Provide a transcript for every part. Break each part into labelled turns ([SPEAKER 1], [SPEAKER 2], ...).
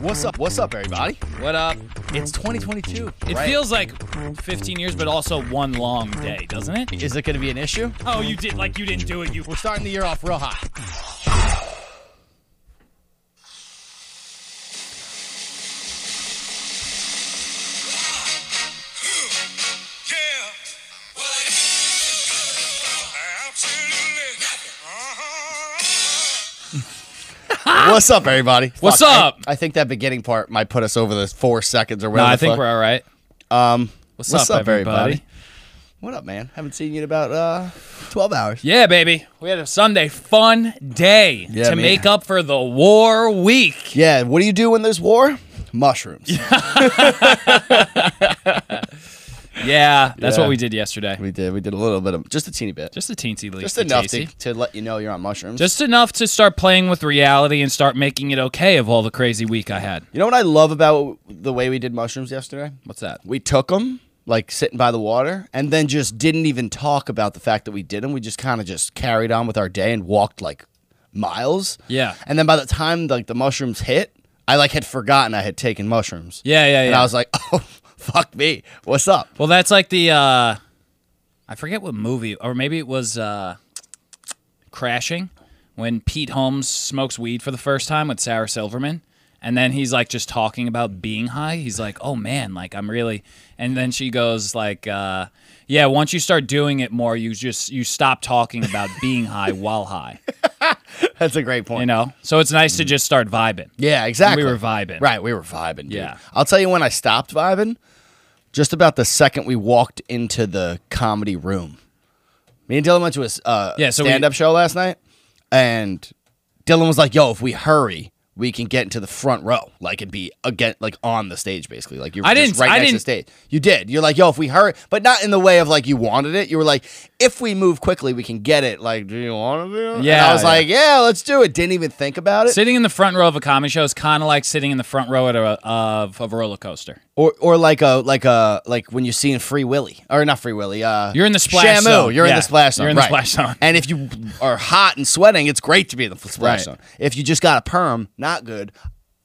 [SPEAKER 1] What's up? What's up, everybody?
[SPEAKER 2] What up?
[SPEAKER 1] It's 2022.
[SPEAKER 2] It
[SPEAKER 1] right?
[SPEAKER 2] feels like 15 years, but also one long day, doesn't it?
[SPEAKER 1] Is it going to be an issue?
[SPEAKER 2] Oh, you did like you didn't do it. You.
[SPEAKER 1] We're starting the year off real hot.
[SPEAKER 3] Yeah. Well, Absolutely. Uh-huh.
[SPEAKER 1] What's up, everybody?
[SPEAKER 2] What's
[SPEAKER 1] Fuck, I-
[SPEAKER 2] up?
[SPEAKER 1] I, think that beginning part might put us over the four seconds or whatever.
[SPEAKER 2] I
[SPEAKER 1] the
[SPEAKER 2] think
[SPEAKER 1] fuck.
[SPEAKER 2] we're all right.
[SPEAKER 1] Um,
[SPEAKER 2] What's,
[SPEAKER 1] what's
[SPEAKER 2] up,
[SPEAKER 1] up, everybody? What up, man? Haven't seen you in about uh 12 hours.
[SPEAKER 2] Yeah, baby. We had a Sunday fun day
[SPEAKER 1] Yeah,
[SPEAKER 2] to
[SPEAKER 1] man.
[SPEAKER 2] make up for the war week.
[SPEAKER 1] Yeah. What do you do when there's war? Mushrooms.
[SPEAKER 2] Yeah, that's
[SPEAKER 1] Yeah.
[SPEAKER 2] what we did yesterday.
[SPEAKER 1] We did. We did a little bit of just a teeny bit,
[SPEAKER 2] Just a teensy leak.
[SPEAKER 1] just enough to, to let you know you're on mushrooms.
[SPEAKER 2] Just enough to start playing with reality and start making it okay of all the crazy week I had.
[SPEAKER 1] you know what I love about the way we did mushrooms yesterday?
[SPEAKER 2] What's that?
[SPEAKER 1] we took them like sitting by the water and then just didn't even talk about the fact that we did them we just kind of just carried on with our day and walked like miles
[SPEAKER 2] Yeah.
[SPEAKER 1] and then by the time like the mushrooms hit i like had forgotten i had taken mushrooms
[SPEAKER 2] Yeah, yeah, yeah.
[SPEAKER 1] and i was like oh fuck me what's up
[SPEAKER 2] Well, that's like the uh I forget what movie or maybe it was uh Crashing when Pete Holmes smokes weed for the first time with Sarah Silverman and then he's like just talking about being high. He's like, "Oh man, like I'm really." And then she goes like uh yeah, once you start doing it more, you just you stop talking about being high while high,
[SPEAKER 1] that's a great point
[SPEAKER 2] you know? So it's nice to just start vibing.
[SPEAKER 1] yeah exactly
[SPEAKER 2] we were vibing.
[SPEAKER 1] right we were vibing dude.
[SPEAKER 2] Yeah.
[SPEAKER 1] i'll tell you when i stopped vibing just about the second we walked into the comedy room Me and Dylan went to a s- uh,
[SPEAKER 2] Yeah, so we-
[SPEAKER 1] stand-up show last night, and Dylan was like, "Yo, if we hurry, we can get into the front row. Like it'd be again, like on the stage, basically. Like you're
[SPEAKER 2] I
[SPEAKER 1] just
[SPEAKER 2] didn't-
[SPEAKER 1] right
[SPEAKER 2] I
[SPEAKER 1] next to the stage.
[SPEAKER 2] didn't-
[SPEAKER 1] You did. You're like, yo, if we hurry, but not in the way of like you wanted it. You were like, if we move quickly, we can get it. Like, do you want to be? on- And I
[SPEAKER 2] Yeah,
[SPEAKER 1] was
[SPEAKER 2] yeah.
[SPEAKER 1] like, yeah, let's do it. Didn't even think about it.
[SPEAKER 2] Sitting in the front row of a comedy show is kind of like sitting in the front row at a, of, of a roller coaster.
[SPEAKER 1] or or like a like a like when you're seeing Free Willy or not Free Willy. Uh,
[SPEAKER 2] You're in the splash
[SPEAKER 1] Shamu,
[SPEAKER 2] zone.
[SPEAKER 1] You're in
[SPEAKER 2] Yeah.
[SPEAKER 1] the splash zone.
[SPEAKER 2] You're in the
[SPEAKER 1] right.
[SPEAKER 2] splash zone.
[SPEAKER 1] And if you are hot and sweating, it's great to be in the splash
[SPEAKER 2] Right.
[SPEAKER 1] zone. If you just got a perm, not good.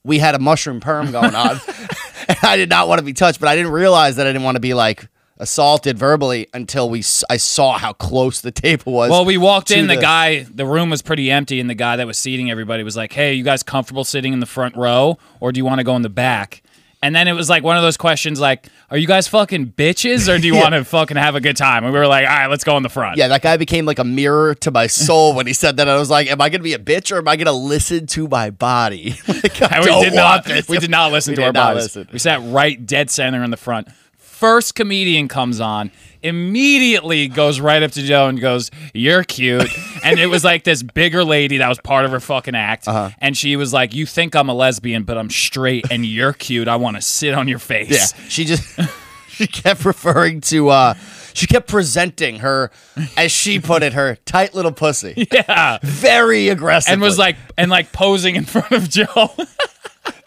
[SPEAKER 1] We had a mushroom perm going on, and I did not want to be touched, but I didn't realize that I didn't want to be like assaulted verbally until we s- I saw how close the table was.
[SPEAKER 2] Well, we walked
[SPEAKER 1] to
[SPEAKER 2] in. The, guy, the room was pretty empty, and the guy that was seating everybody was like, "Hey, you guys comfortable sitting in the front row, or do you want to go in the back?" And then it was like one of those questions, like, "Are you guys fucking bitches, or do you want to fucking have a good time?" And we were like, "All right, let's go in the front."
[SPEAKER 1] Yeah, that guy became like a mirror to my soul when he said that. I was like, "Am I going to be a bitch or am I going to listen to my body?" like, I
[SPEAKER 2] and we
[SPEAKER 1] don't want
[SPEAKER 2] did not.
[SPEAKER 1] this.
[SPEAKER 2] We did not listen
[SPEAKER 1] We
[SPEAKER 2] to
[SPEAKER 1] did
[SPEAKER 2] our
[SPEAKER 1] not
[SPEAKER 2] bodies.
[SPEAKER 1] listen.
[SPEAKER 2] We sat right dead center in the front. First comedian comes on, immediately goes right up to Joe and goes, "You're cute." and it was like this bigger lady that was part of her fucking act,
[SPEAKER 1] Uh-huh.
[SPEAKER 2] and she was like, "You think I'm a lesbian, but I'm straight, and you're cute. I want to sit on your face."
[SPEAKER 1] Yeah, she just she kept referring to uh she kept presenting her as she put it her tight little pussy
[SPEAKER 2] Yeah.
[SPEAKER 1] very aggressive
[SPEAKER 2] And was like and like posing in front of Joe.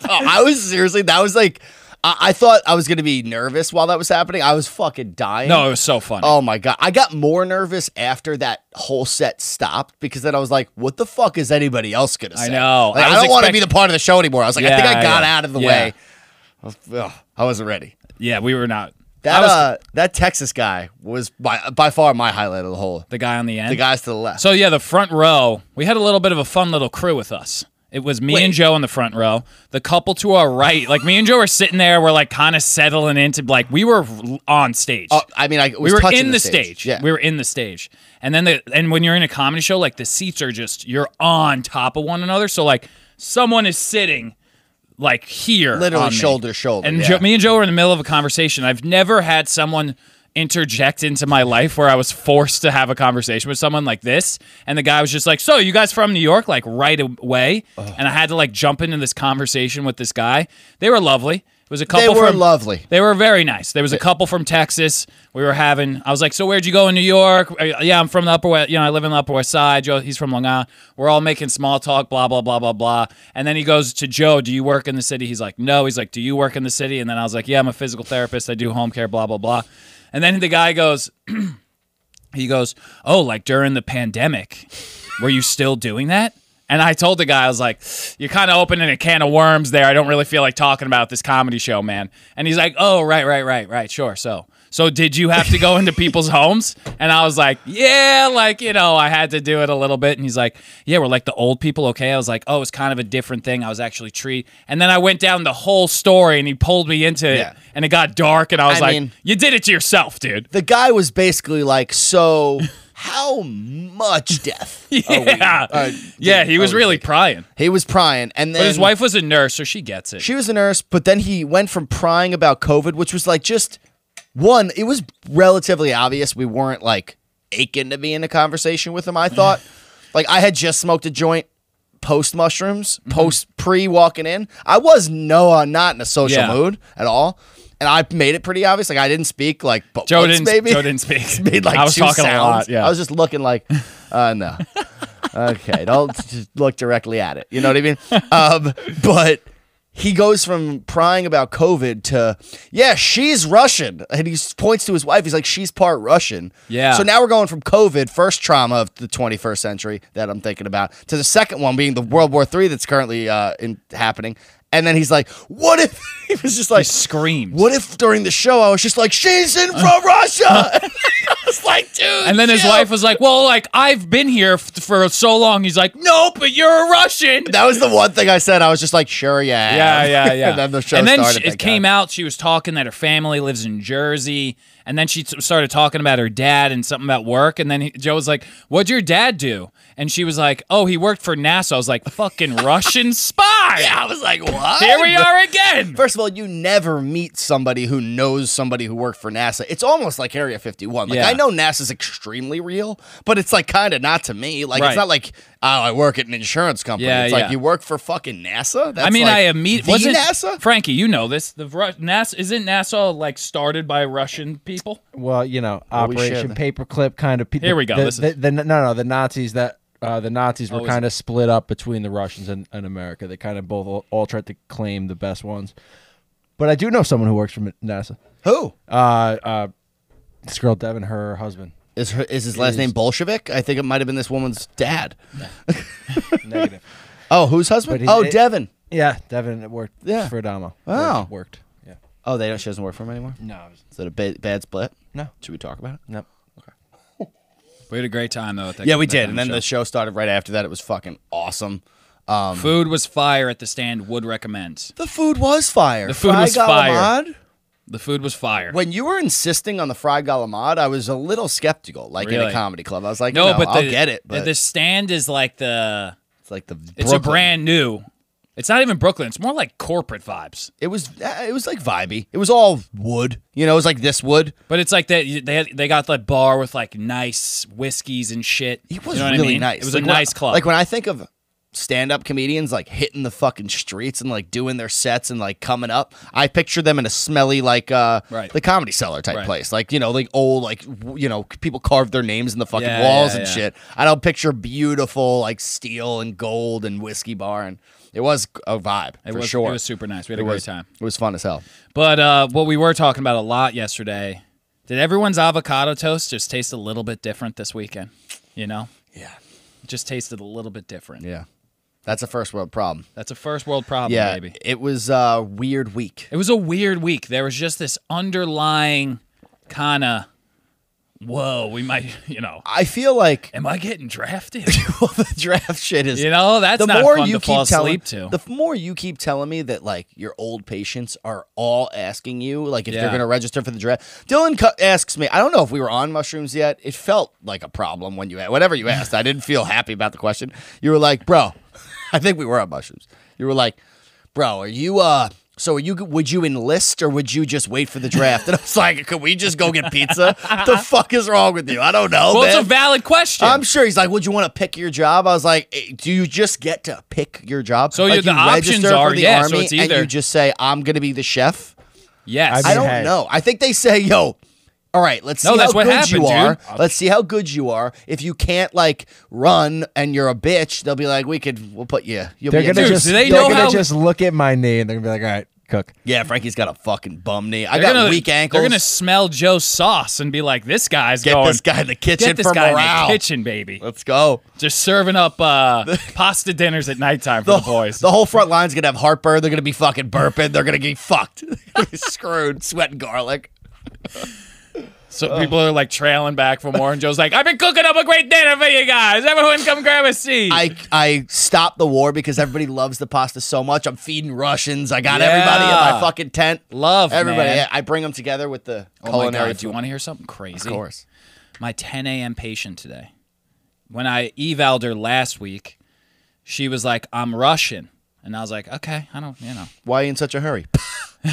[SPEAKER 1] Oh, I was seriously that was like I, I thought I was gonna be nervous while that was happening I was fucking dying
[SPEAKER 2] no, it was so funny.
[SPEAKER 1] oh my god I got more nervous after that whole set stopped because then I was like what the fuck is anybody else gonna say
[SPEAKER 2] know.
[SPEAKER 1] Like,
[SPEAKER 2] I
[SPEAKER 1] I,
[SPEAKER 2] was
[SPEAKER 1] don't want to be the
[SPEAKER 2] expect-
[SPEAKER 1] part of the show anymore I was like I
[SPEAKER 2] Yeah,
[SPEAKER 1] think I got
[SPEAKER 2] yeah,
[SPEAKER 1] out of the
[SPEAKER 2] yeah.
[SPEAKER 1] way I was- ugh, I wasn't ready.
[SPEAKER 2] Yeah, we were not. I
[SPEAKER 1] That
[SPEAKER 2] was
[SPEAKER 1] uh, that Texas guy was by by far my highlight of the whole.
[SPEAKER 2] the guy on the end.
[SPEAKER 1] The guys to the left.
[SPEAKER 2] So yeah, the front row. We had a little bit of a fun little crew with us. It was me
[SPEAKER 1] Wait.
[SPEAKER 2] and Joe in the front row. The couple to our right, like me and Joe were sitting there. We're like kind of settling into like we were on stage.
[SPEAKER 1] Oh, I mean, I it was
[SPEAKER 2] we were
[SPEAKER 1] touching
[SPEAKER 2] in
[SPEAKER 1] the
[SPEAKER 2] stage.
[SPEAKER 1] Yeah,
[SPEAKER 2] We were in the stage. And then the and when you're in a comedy show, like the seats are just you're on top of one another. So like someone is sitting like here,
[SPEAKER 1] literally
[SPEAKER 2] on me.
[SPEAKER 1] shoulder to shoulder.
[SPEAKER 2] And
[SPEAKER 1] yeah.
[SPEAKER 2] Joe, me and Joe were in the middle of a conversation. I've never had someone interject into my life where I was forced to have a conversation with someone like this. And the guy was just like, "So, you guys from New York?" Like right away. And I had to like jump into this conversation with this guy. They were lovely. It was a
[SPEAKER 1] they
[SPEAKER 2] couple.
[SPEAKER 1] were
[SPEAKER 2] from,
[SPEAKER 1] lovely.
[SPEAKER 2] They were very nice. There was a couple from Texas. We were having. I was like, "So where'd you go in New York?" Uh, Yeah, I'm from the Upper West. You know, I live in the Upper West Side. Joe, he's from Long Island. We're all making small talk. Blah blah blah blah blah. And then he goes to Joe, "Do you work in the city?" He's like, "No." He's like, "Do you work in the city?" And then I was like, "Yeah, I'm a physical therapist. I do home care." Blah blah blah. And then the guy goes, he goes, "Oh, like during the pandemic, were you still doing that?" And And I told the guy, I was like, "You're kind of opening a can of worms there. I don't really feel like talking about this comedy show, man." And he's like, "Oh, right, right, right, right, sure." So, so did you have to go into people's homes? And I was like, "Yeah, like you know, I had to do it a little bit." And he's like, "Yeah, we're like the old people, okay?" I was like, "Oh, it's kind of a different thing. I was actually treat." And then I went down the whole story, and he pulled me into
[SPEAKER 1] Yeah.
[SPEAKER 2] it, and it got dark, and I was
[SPEAKER 1] I
[SPEAKER 2] like,
[SPEAKER 1] mean-
[SPEAKER 2] "You did it to yourself, dude."
[SPEAKER 1] The guy was basically like, so how much death? are we-
[SPEAKER 2] Yeah,
[SPEAKER 1] uh,
[SPEAKER 2] yeah, he
[SPEAKER 1] are
[SPEAKER 2] was
[SPEAKER 1] we
[SPEAKER 2] really prying.
[SPEAKER 1] He was prying, and then
[SPEAKER 2] But his wife was a nurse, so she gets it.
[SPEAKER 1] She was a nurse, but then he went from prying about COVID, which was like just one, it was relatively obvious we weren't like aching to be in a conversation with him, I thought. like I had just smoked a joint post mushrooms,
[SPEAKER 2] Mm-hmm.
[SPEAKER 1] post pre walking in. I was no uh, not in a social
[SPEAKER 2] Yeah.
[SPEAKER 1] mood at all. And I made it pretty obvious. Like I didn't speak like but
[SPEAKER 2] Joe
[SPEAKER 1] once,
[SPEAKER 2] didn't.
[SPEAKER 1] maybe.
[SPEAKER 2] Joe didn't speak.
[SPEAKER 1] made like
[SPEAKER 2] I was
[SPEAKER 1] two
[SPEAKER 2] talking
[SPEAKER 1] sounds.
[SPEAKER 2] a lot. Yeah.
[SPEAKER 1] I was just looking like, uh, no. okay, don't just look directly at it. You know what I mean? Um, but he goes from prying about COVID to, yeah, she's Russian. And he points to his wife. He's like, she's part Russian.
[SPEAKER 2] Yeah.
[SPEAKER 1] So now we're going from COVID, first trauma of the 21st century that I'm thinking about, to the second one being the World War III that's currently uh, in, happening. And then he's like, what if he was just like,
[SPEAKER 2] he screamed.
[SPEAKER 1] what if during the show I was just like, she's in from Russia? I was like, dude.
[SPEAKER 2] Uh. And then his
[SPEAKER 1] chill.
[SPEAKER 2] wife was like, "Well, like I've been here f- for so long." He's like, "No, but you're a Russian."
[SPEAKER 1] That was the one thing I said. I was just like, sure, yeah.
[SPEAKER 2] yeah, yeah, yeah.
[SPEAKER 1] and then the show
[SPEAKER 2] And then
[SPEAKER 1] started.
[SPEAKER 2] she- it came out. She was talking that her family lives in Jersey, and then she t- started talking about her dad and something about work. And then he, Joe was like, "What'd your dad do?" And she was like, "Oh, he worked for NASA." I was like, "Fucking Russian spy."
[SPEAKER 1] I was like, what?
[SPEAKER 2] Here we are again.
[SPEAKER 1] First of all, you never meet somebody who knows somebody who worked for NASA. It's almost like Area 51. Like,
[SPEAKER 2] Yeah.
[SPEAKER 1] I know NASA's extremely real, but it's like kind of not to me. Like,
[SPEAKER 2] Right.
[SPEAKER 1] it's not like, oh, I work at an insurance company.
[SPEAKER 2] Yeah,
[SPEAKER 1] it's
[SPEAKER 2] yeah.
[SPEAKER 1] like, you work for fucking NASA? That's
[SPEAKER 2] I mean,
[SPEAKER 1] like
[SPEAKER 2] I immediately
[SPEAKER 1] the
[SPEAKER 2] wasn't
[SPEAKER 1] NASA?
[SPEAKER 2] Frankie. You know this. The Ru- NASA isn't NASA like started by Russian people.
[SPEAKER 4] Well, you know,
[SPEAKER 1] we share
[SPEAKER 4] Operation
[SPEAKER 1] the-
[SPEAKER 4] Paperclip kind of. Pe-
[SPEAKER 2] Here we go,
[SPEAKER 4] The,
[SPEAKER 2] this
[SPEAKER 4] the,
[SPEAKER 2] is-
[SPEAKER 4] the- no, no, the Nazis that uh, the Nazis were
[SPEAKER 2] Oh, is
[SPEAKER 4] kind of split up between the Russians and, and America. They kind of both all, all tried to claim the best ones. But I do know someone who works for NASA.
[SPEAKER 1] Who?
[SPEAKER 4] Uh, uh, this girl Devin, her husband.
[SPEAKER 1] Is, her, is his last
[SPEAKER 4] Is-
[SPEAKER 1] name Bolshevik? I think it might have been this woman's dad.
[SPEAKER 4] Negative.
[SPEAKER 1] Oh, whose husband?
[SPEAKER 4] But he-
[SPEAKER 1] oh,
[SPEAKER 4] it-
[SPEAKER 1] Devin.
[SPEAKER 4] yeah, Devin it worked
[SPEAKER 1] Yeah.
[SPEAKER 4] for Adamo.
[SPEAKER 1] Wow.
[SPEAKER 4] Worked, worked. Yeah.
[SPEAKER 1] Oh, they don't, she doesn't work for him anymore?
[SPEAKER 4] No.
[SPEAKER 1] Is that a ba- bad split?
[SPEAKER 4] No.
[SPEAKER 1] Should we talk about it?
[SPEAKER 4] No.
[SPEAKER 2] We had a great time though. At that
[SPEAKER 1] Yeah, we
[SPEAKER 2] that
[SPEAKER 1] did.
[SPEAKER 2] kind
[SPEAKER 1] And
[SPEAKER 2] of
[SPEAKER 1] then
[SPEAKER 2] show.
[SPEAKER 1] the show started right after that. It was fucking awesome.
[SPEAKER 2] food was fire at the stand. Would recommend.
[SPEAKER 1] The food was fire.
[SPEAKER 2] The food
[SPEAKER 1] fried
[SPEAKER 2] was fire.
[SPEAKER 1] galamad?
[SPEAKER 2] The food was fire.
[SPEAKER 1] When you were insisting on the fried galamad, I was a little skeptical, like in
[SPEAKER 2] Really?
[SPEAKER 1] a comedy club. I was like,
[SPEAKER 2] no,
[SPEAKER 1] no,
[SPEAKER 2] but the,
[SPEAKER 1] I'll get it,
[SPEAKER 2] the-
[SPEAKER 1] but
[SPEAKER 2] the stand is like the.
[SPEAKER 1] it's like the
[SPEAKER 2] It's a
[SPEAKER 1] Brooklyn.
[SPEAKER 2] brand new. It's not even Brooklyn. It's more like corporate vibes.
[SPEAKER 1] It was uh, it was like vibey. It was all wood, you know. It was like this wood.
[SPEAKER 2] But it's like that. They had, they got that bar with like nice whiskeys and shit. You
[SPEAKER 1] It was
[SPEAKER 2] know what I
[SPEAKER 1] really
[SPEAKER 2] mean?
[SPEAKER 1] nice.
[SPEAKER 2] It was
[SPEAKER 1] Like,
[SPEAKER 2] a
[SPEAKER 1] when I-
[SPEAKER 2] nice club.
[SPEAKER 1] Like when I think of stand-up comedians like hitting the fucking streets and like doing their sets and like coming up, I picture them in a smelly like uh
[SPEAKER 2] Right.
[SPEAKER 1] the comedy cellar type
[SPEAKER 2] Right.
[SPEAKER 1] place. Like, you know, like old like w- you know, people carved their names in the fucking
[SPEAKER 2] Yeah,
[SPEAKER 1] walls
[SPEAKER 2] yeah,
[SPEAKER 1] and
[SPEAKER 2] yeah.
[SPEAKER 1] shit. I don't picture beautiful like steel and gold and whiskey bar and it was a vibe
[SPEAKER 2] it
[SPEAKER 1] for
[SPEAKER 2] was
[SPEAKER 1] sure.
[SPEAKER 2] It was super nice. We had
[SPEAKER 1] It
[SPEAKER 2] a great
[SPEAKER 1] was-
[SPEAKER 2] time.
[SPEAKER 1] It was fun as hell.
[SPEAKER 2] But uh, what we were talking about a lot yesterday. Did everyone's avocado toast just taste a little bit different this weekend? You know,
[SPEAKER 1] Yeah.
[SPEAKER 2] it just tasted a little bit different.
[SPEAKER 1] Yeah. That's a first world problem.
[SPEAKER 2] That's a first world problem,
[SPEAKER 1] Yeah.
[SPEAKER 2] baby.
[SPEAKER 1] It was a weird week.
[SPEAKER 2] It was a weird week. There was just this underlying kind of, whoa, we might, you know,
[SPEAKER 1] I feel like
[SPEAKER 2] am I getting drafted?
[SPEAKER 1] well, the draft shit is
[SPEAKER 2] You know, that's
[SPEAKER 1] the
[SPEAKER 2] not
[SPEAKER 1] more
[SPEAKER 2] fun
[SPEAKER 1] you
[SPEAKER 2] to
[SPEAKER 1] keep
[SPEAKER 2] fall
[SPEAKER 1] telling,
[SPEAKER 2] asleep to.
[SPEAKER 1] The f- more you keep telling me that like your old patients are all asking you like if
[SPEAKER 2] Yeah.
[SPEAKER 1] they're going to register for the draft. Dylan cu- asks me, I don't know if we were on mushrooms yet. It felt like a problem when you whatever you asked. I didn't feel happy about the question. You were like, "Bro, I think we were on mushrooms." You were like, "Bro, are you uh so are you would you enlist or would you just wait for the draft? And I was like, could we just go get pizza? the fuck is wrong with you? I don't know.
[SPEAKER 2] well,
[SPEAKER 1] man.
[SPEAKER 2] it's a valid question.
[SPEAKER 1] I'm sure he's like, "Would you want to pick your job?" I was like, eh, "Do you just get to pick your job?"
[SPEAKER 2] So
[SPEAKER 1] like
[SPEAKER 2] you- the options
[SPEAKER 1] register
[SPEAKER 2] are,
[SPEAKER 1] for the
[SPEAKER 2] yeah, so
[SPEAKER 1] army,
[SPEAKER 2] it's
[SPEAKER 1] and
[SPEAKER 2] either-
[SPEAKER 1] you just say, "I'm going to be the chef."
[SPEAKER 2] yes.
[SPEAKER 4] I
[SPEAKER 1] I don't
[SPEAKER 4] Hey.
[SPEAKER 1] know. I think they say, "Yo, all right, let's see
[SPEAKER 2] No,
[SPEAKER 1] how
[SPEAKER 2] that's what
[SPEAKER 1] good you are.
[SPEAKER 2] happened,
[SPEAKER 1] Let's see how good you are. If you can't like run and you're a bitch, they'll be like, "We could, we'll put you." You'll
[SPEAKER 4] They're
[SPEAKER 1] be in
[SPEAKER 4] gonna
[SPEAKER 1] there."
[SPEAKER 2] Dude,
[SPEAKER 4] just
[SPEAKER 2] do they
[SPEAKER 4] they're
[SPEAKER 2] know
[SPEAKER 4] gonna
[SPEAKER 2] how-
[SPEAKER 4] just look at my knee and they're gonna be like, all right, Cook.
[SPEAKER 1] Yeah, Frankie's got a fucking bum knee. I
[SPEAKER 2] They're
[SPEAKER 1] got
[SPEAKER 2] gonna-
[SPEAKER 1] weak ankles.
[SPEAKER 2] They're gonna smell Joe's sauce and be like, "This guy's
[SPEAKER 1] get
[SPEAKER 2] going
[SPEAKER 1] this guy in the kitchen
[SPEAKER 2] get this
[SPEAKER 1] for
[SPEAKER 2] guy
[SPEAKER 1] morale.
[SPEAKER 2] in the kitchen, baby."
[SPEAKER 1] Let's go.
[SPEAKER 2] Just serving up uh, pasta dinners at nighttime for the, boys.
[SPEAKER 1] The whole front line's gonna have heartburn. They're gonna be fucking burping. They're gonna get fucked, screwed, sweating garlic.
[SPEAKER 2] so people
[SPEAKER 1] uh,
[SPEAKER 2] are like trailing back for more, and Joe's like, "I've been cooking up a great dinner for you guys. Everyone, come grab a seat."
[SPEAKER 1] I I stopped the war because everybody loves the pasta so much. I'm feeding Russians. I got
[SPEAKER 2] Yeah.
[SPEAKER 1] everybody in my fucking tent.
[SPEAKER 2] Love
[SPEAKER 1] everybody.
[SPEAKER 2] man.
[SPEAKER 1] I bring them together with the
[SPEAKER 2] Oh my
[SPEAKER 1] culinary.
[SPEAKER 2] god! Do you
[SPEAKER 1] food.
[SPEAKER 2] want to hear something crazy?
[SPEAKER 1] Of course.
[SPEAKER 2] my 10 a.m. patient today. When I evaled her last week, she was like, I'm Russian. And I was like, okay, I don't, you know.
[SPEAKER 1] Why in such a hurry?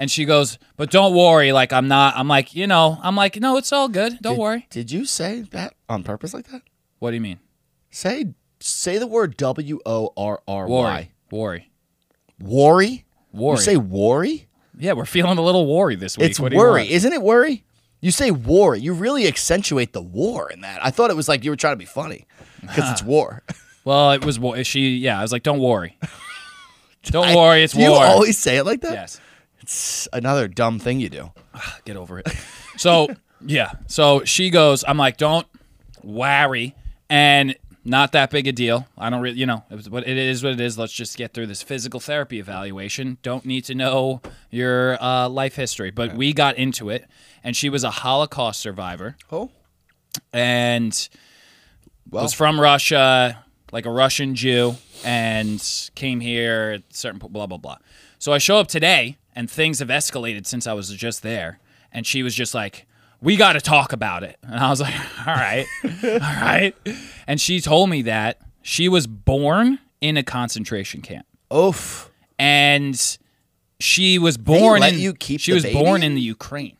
[SPEAKER 2] And she goes, but don't worry. Like, I'm not, I'm like, you know, I'm like, no, it's all good. Don't worry.
[SPEAKER 1] Did you say that on purpose like that?
[SPEAKER 2] What do you mean?
[SPEAKER 1] Say say the word W O R R Y.
[SPEAKER 2] Worry. Worry.
[SPEAKER 1] Worry.
[SPEAKER 2] Worry.
[SPEAKER 1] You say worry.
[SPEAKER 2] yeah, we're feeling a little worry this week.
[SPEAKER 1] It's
[SPEAKER 2] What do you
[SPEAKER 1] worry,
[SPEAKER 2] want?
[SPEAKER 1] isn't it? Worry. You say war. You really accentuate the war in that. I thought it was like you were trying to be funny because it's war.
[SPEAKER 2] Well, it was, wor- she, yeah, I was like, don't worry. don't worry. It's
[SPEAKER 1] do you
[SPEAKER 2] war.
[SPEAKER 1] always say it like that?
[SPEAKER 2] yes.
[SPEAKER 1] It's another dumb thing you do.
[SPEAKER 2] get over it. So yeah, so she goes. I'm like, don't worry, and not that big a deal. I don't really, you know, it was, what it is what it is. Let's just get through this physical therapy evaluation. Don't need to know your uh, life history, but we got into it, and she was a Holocaust survivor
[SPEAKER 1] Oh,
[SPEAKER 2] and
[SPEAKER 1] Well.
[SPEAKER 2] was from Russia, like a Russian Jew, and came here at certain po- blah blah blah. So I show up today, and things have escalated since I was just there, and she was just like. We got to talk about it. And I was like, all right, all right. And she told me that she was born in a concentration camp.
[SPEAKER 1] oof.
[SPEAKER 2] And she was born
[SPEAKER 1] let
[SPEAKER 2] in
[SPEAKER 1] you keep
[SPEAKER 2] she
[SPEAKER 1] the
[SPEAKER 2] was
[SPEAKER 1] baby?
[SPEAKER 2] born in the Ukraine.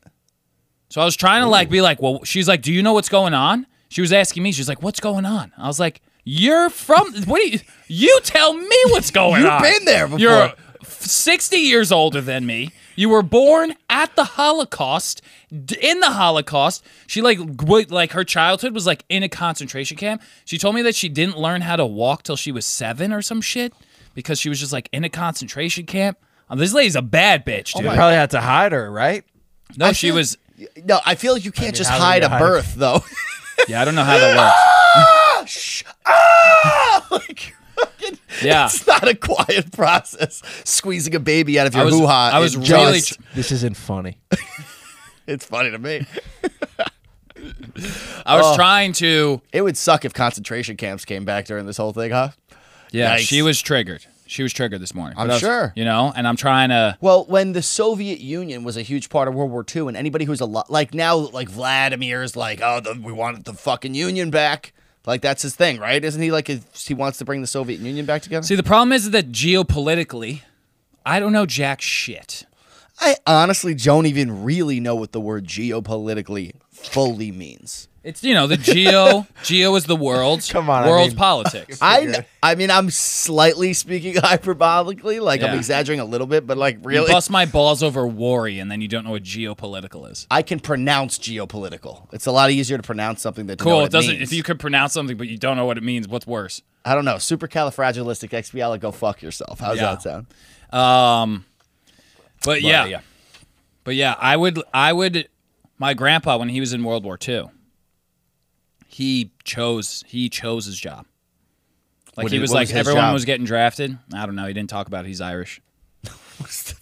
[SPEAKER 2] So I was trying to like be like, well, she's like, do you know what's going on? She was asking me. She's like, what's going on? I was like, you're from what? Do you, you tell me what's going
[SPEAKER 1] You've
[SPEAKER 2] on.
[SPEAKER 1] been there before.
[SPEAKER 2] You're f- sixty years older than me. You were born at the Holocaust. d- In the Holocaust, she like w- like her childhood was like in a concentration camp. She told me that she didn't learn how to walk till she was seven or some shit because she was just like in a concentration camp. Um, this lady's a bad bitch,
[SPEAKER 1] Oh
[SPEAKER 2] dude.
[SPEAKER 4] You probably had to hide her, right?
[SPEAKER 2] no,
[SPEAKER 1] I
[SPEAKER 2] she
[SPEAKER 1] feel-
[SPEAKER 2] was.
[SPEAKER 1] No, I feel like you can't just
[SPEAKER 4] how do
[SPEAKER 1] hide
[SPEAKER 4] you
[SPEAKER 1] a
[SPEAKER 4] hide
[SPEAKER 1] birth though.
[SPEAKER 2] Yeah, I don't know how that works.
[SPEAKER 1] Ah! like,
[SPEAKER 2] Yeah,
[SPEAKER 1] it's not a quiet process. Squeezing a baby out of
[SPEAKER 2] I
[SPEAKER 1] your
[SPEAKER 2] was-
[SPEAKER 1] hoo ha.
[SPEAKER 2] I was really
[SPEAKER 1] just,
[SPEAKER 2] tr-
[SPEAKER 4] This isn't funny.
[SPEAKER 1] it's funny to me.
[SPEAKER 2] I
[SPEAKER 1] Oh.
[SPEAKER 2] was trying to.
[SPEAKER 1] It would suck if concentration camps came back during this whole thing, huh?
[SPEAKER 2] Yeah,
[SPEAKER 1] Yikes.
[SPEAKER 2] she was triggered. She was triggered this morning.
[SPEAKER 1] I'm
[SPEAKER 2] But I was-
[SPEAKER 1] sure.
[SPEAKER 2] You know, and I'm trying to.
[SPEAKER 1] Well, when the Soviet Union was a huge part of World War II, and anybody who's a lot like now, like Vladimir is like, oh, the, we wanted the fucking Union back. Like that's his thing, right? Isn't he like if he wants to bring the Soviet Union back together?
[SPEAKER 2] See, the problem is that geopolitically, I don't know jack shit.
[SPEAKER 1] I honestly don't even really know what the word geopolitically fully means.
[SPEAKER 2] It's you know the geo. geo is the world.
[SPEAKER 4] Come on, I
[SPEAKER 2] world
[SPEAKER 4] mean-
[SPEAKER 2] politics.
[SPEAKER 1] I, kn- I mean, I'm slightly speaking hyperbolically, like
[SPEAKER 2] Yeah.
[SPEAKER 1] I'm exaggerating a little bit, but like
[SPEAKER 2] You
[SPEAKER 1] really,
[SPEAKER 2] bust my balls over worry, and then you don't know what geopolitical is.
[SPEAKER 1] I can pronounce geopolitical. It's a lot easier to pronounce something than to know
[SPEAKER 2] Cool.
[SPEAKER 1] what
[SPEAKER 2] It doesn't.
[SPEAKER 1] means.
[SPEAKER 2] If you could pronounce something, but you don't know what it means, what's worse?
[SPEAKER 1] I don't know, supercalifragilisticexpialidocious. Go fuck yourself. How's
[SPEAKER 2] Yeah.
[SPEAKER 1] that sound?
[SPEAKER 2] Um, but yeah,
[SPEAKER 1] yeah.
[SPEAKER 2] but yeah, I would, I would. My grandpa, when he was in World War II, he chose he chose his job. Like
[SPEAKER 1] What
[SPEAKER 2] he
[SPEAKER 1] did-
[SPEAKER 2] was
[SPEAKER 1] what
[SPEAKER 2] like
[SPEAKER 1] was his
[SPEAKER 2] everyone
[SPEAKER 1] job?
[SPEAKER 2] was getting drafted. I don't know. He didn't talk about it. he's Irish.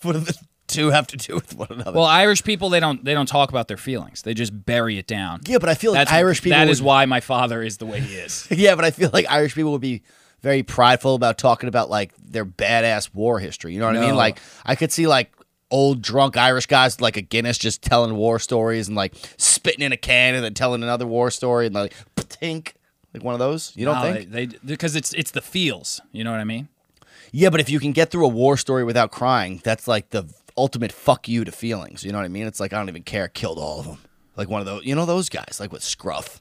[SPEAKER 1] what do the two have to do with one another?
[SPEAKER 2] Well, Irish people they don't they don't talk about their feelings. They just bury it down.
[SPEAKER 1] yeah, but I feel like
[SPEAKER 2] That's
[SPEAKER 1] Irish people.
[SPEAKER 2] That
[SPEAKER 1] would,
[SPEAKER 2] is why my father is the way he is.
[SPEAKER 1] Yeah, but I feel like Irish people would be very prideful about talking about like their badass war history. You know what I
[SPEAKER 2] No.
[SPEAKER 1] mean? Like I could see like old drunk Irish guys with, like a Guinness just telling war stories and like spitting in a can and then telling another war story and like tink like one of those. You don't
[SPEAKER 2] No,
[SPEAKER 1] think?
[SPEAKER 2] they because it's it's the feels. You know what I mean?
[SPEAKER 1] Yeah, but if you can get through a war story without crying, that's like the ultimate fuck you to feelings. You know what I mean? It's like I don't even care. Killed all of them. Like one of those, you know, those guys, like with Scruff.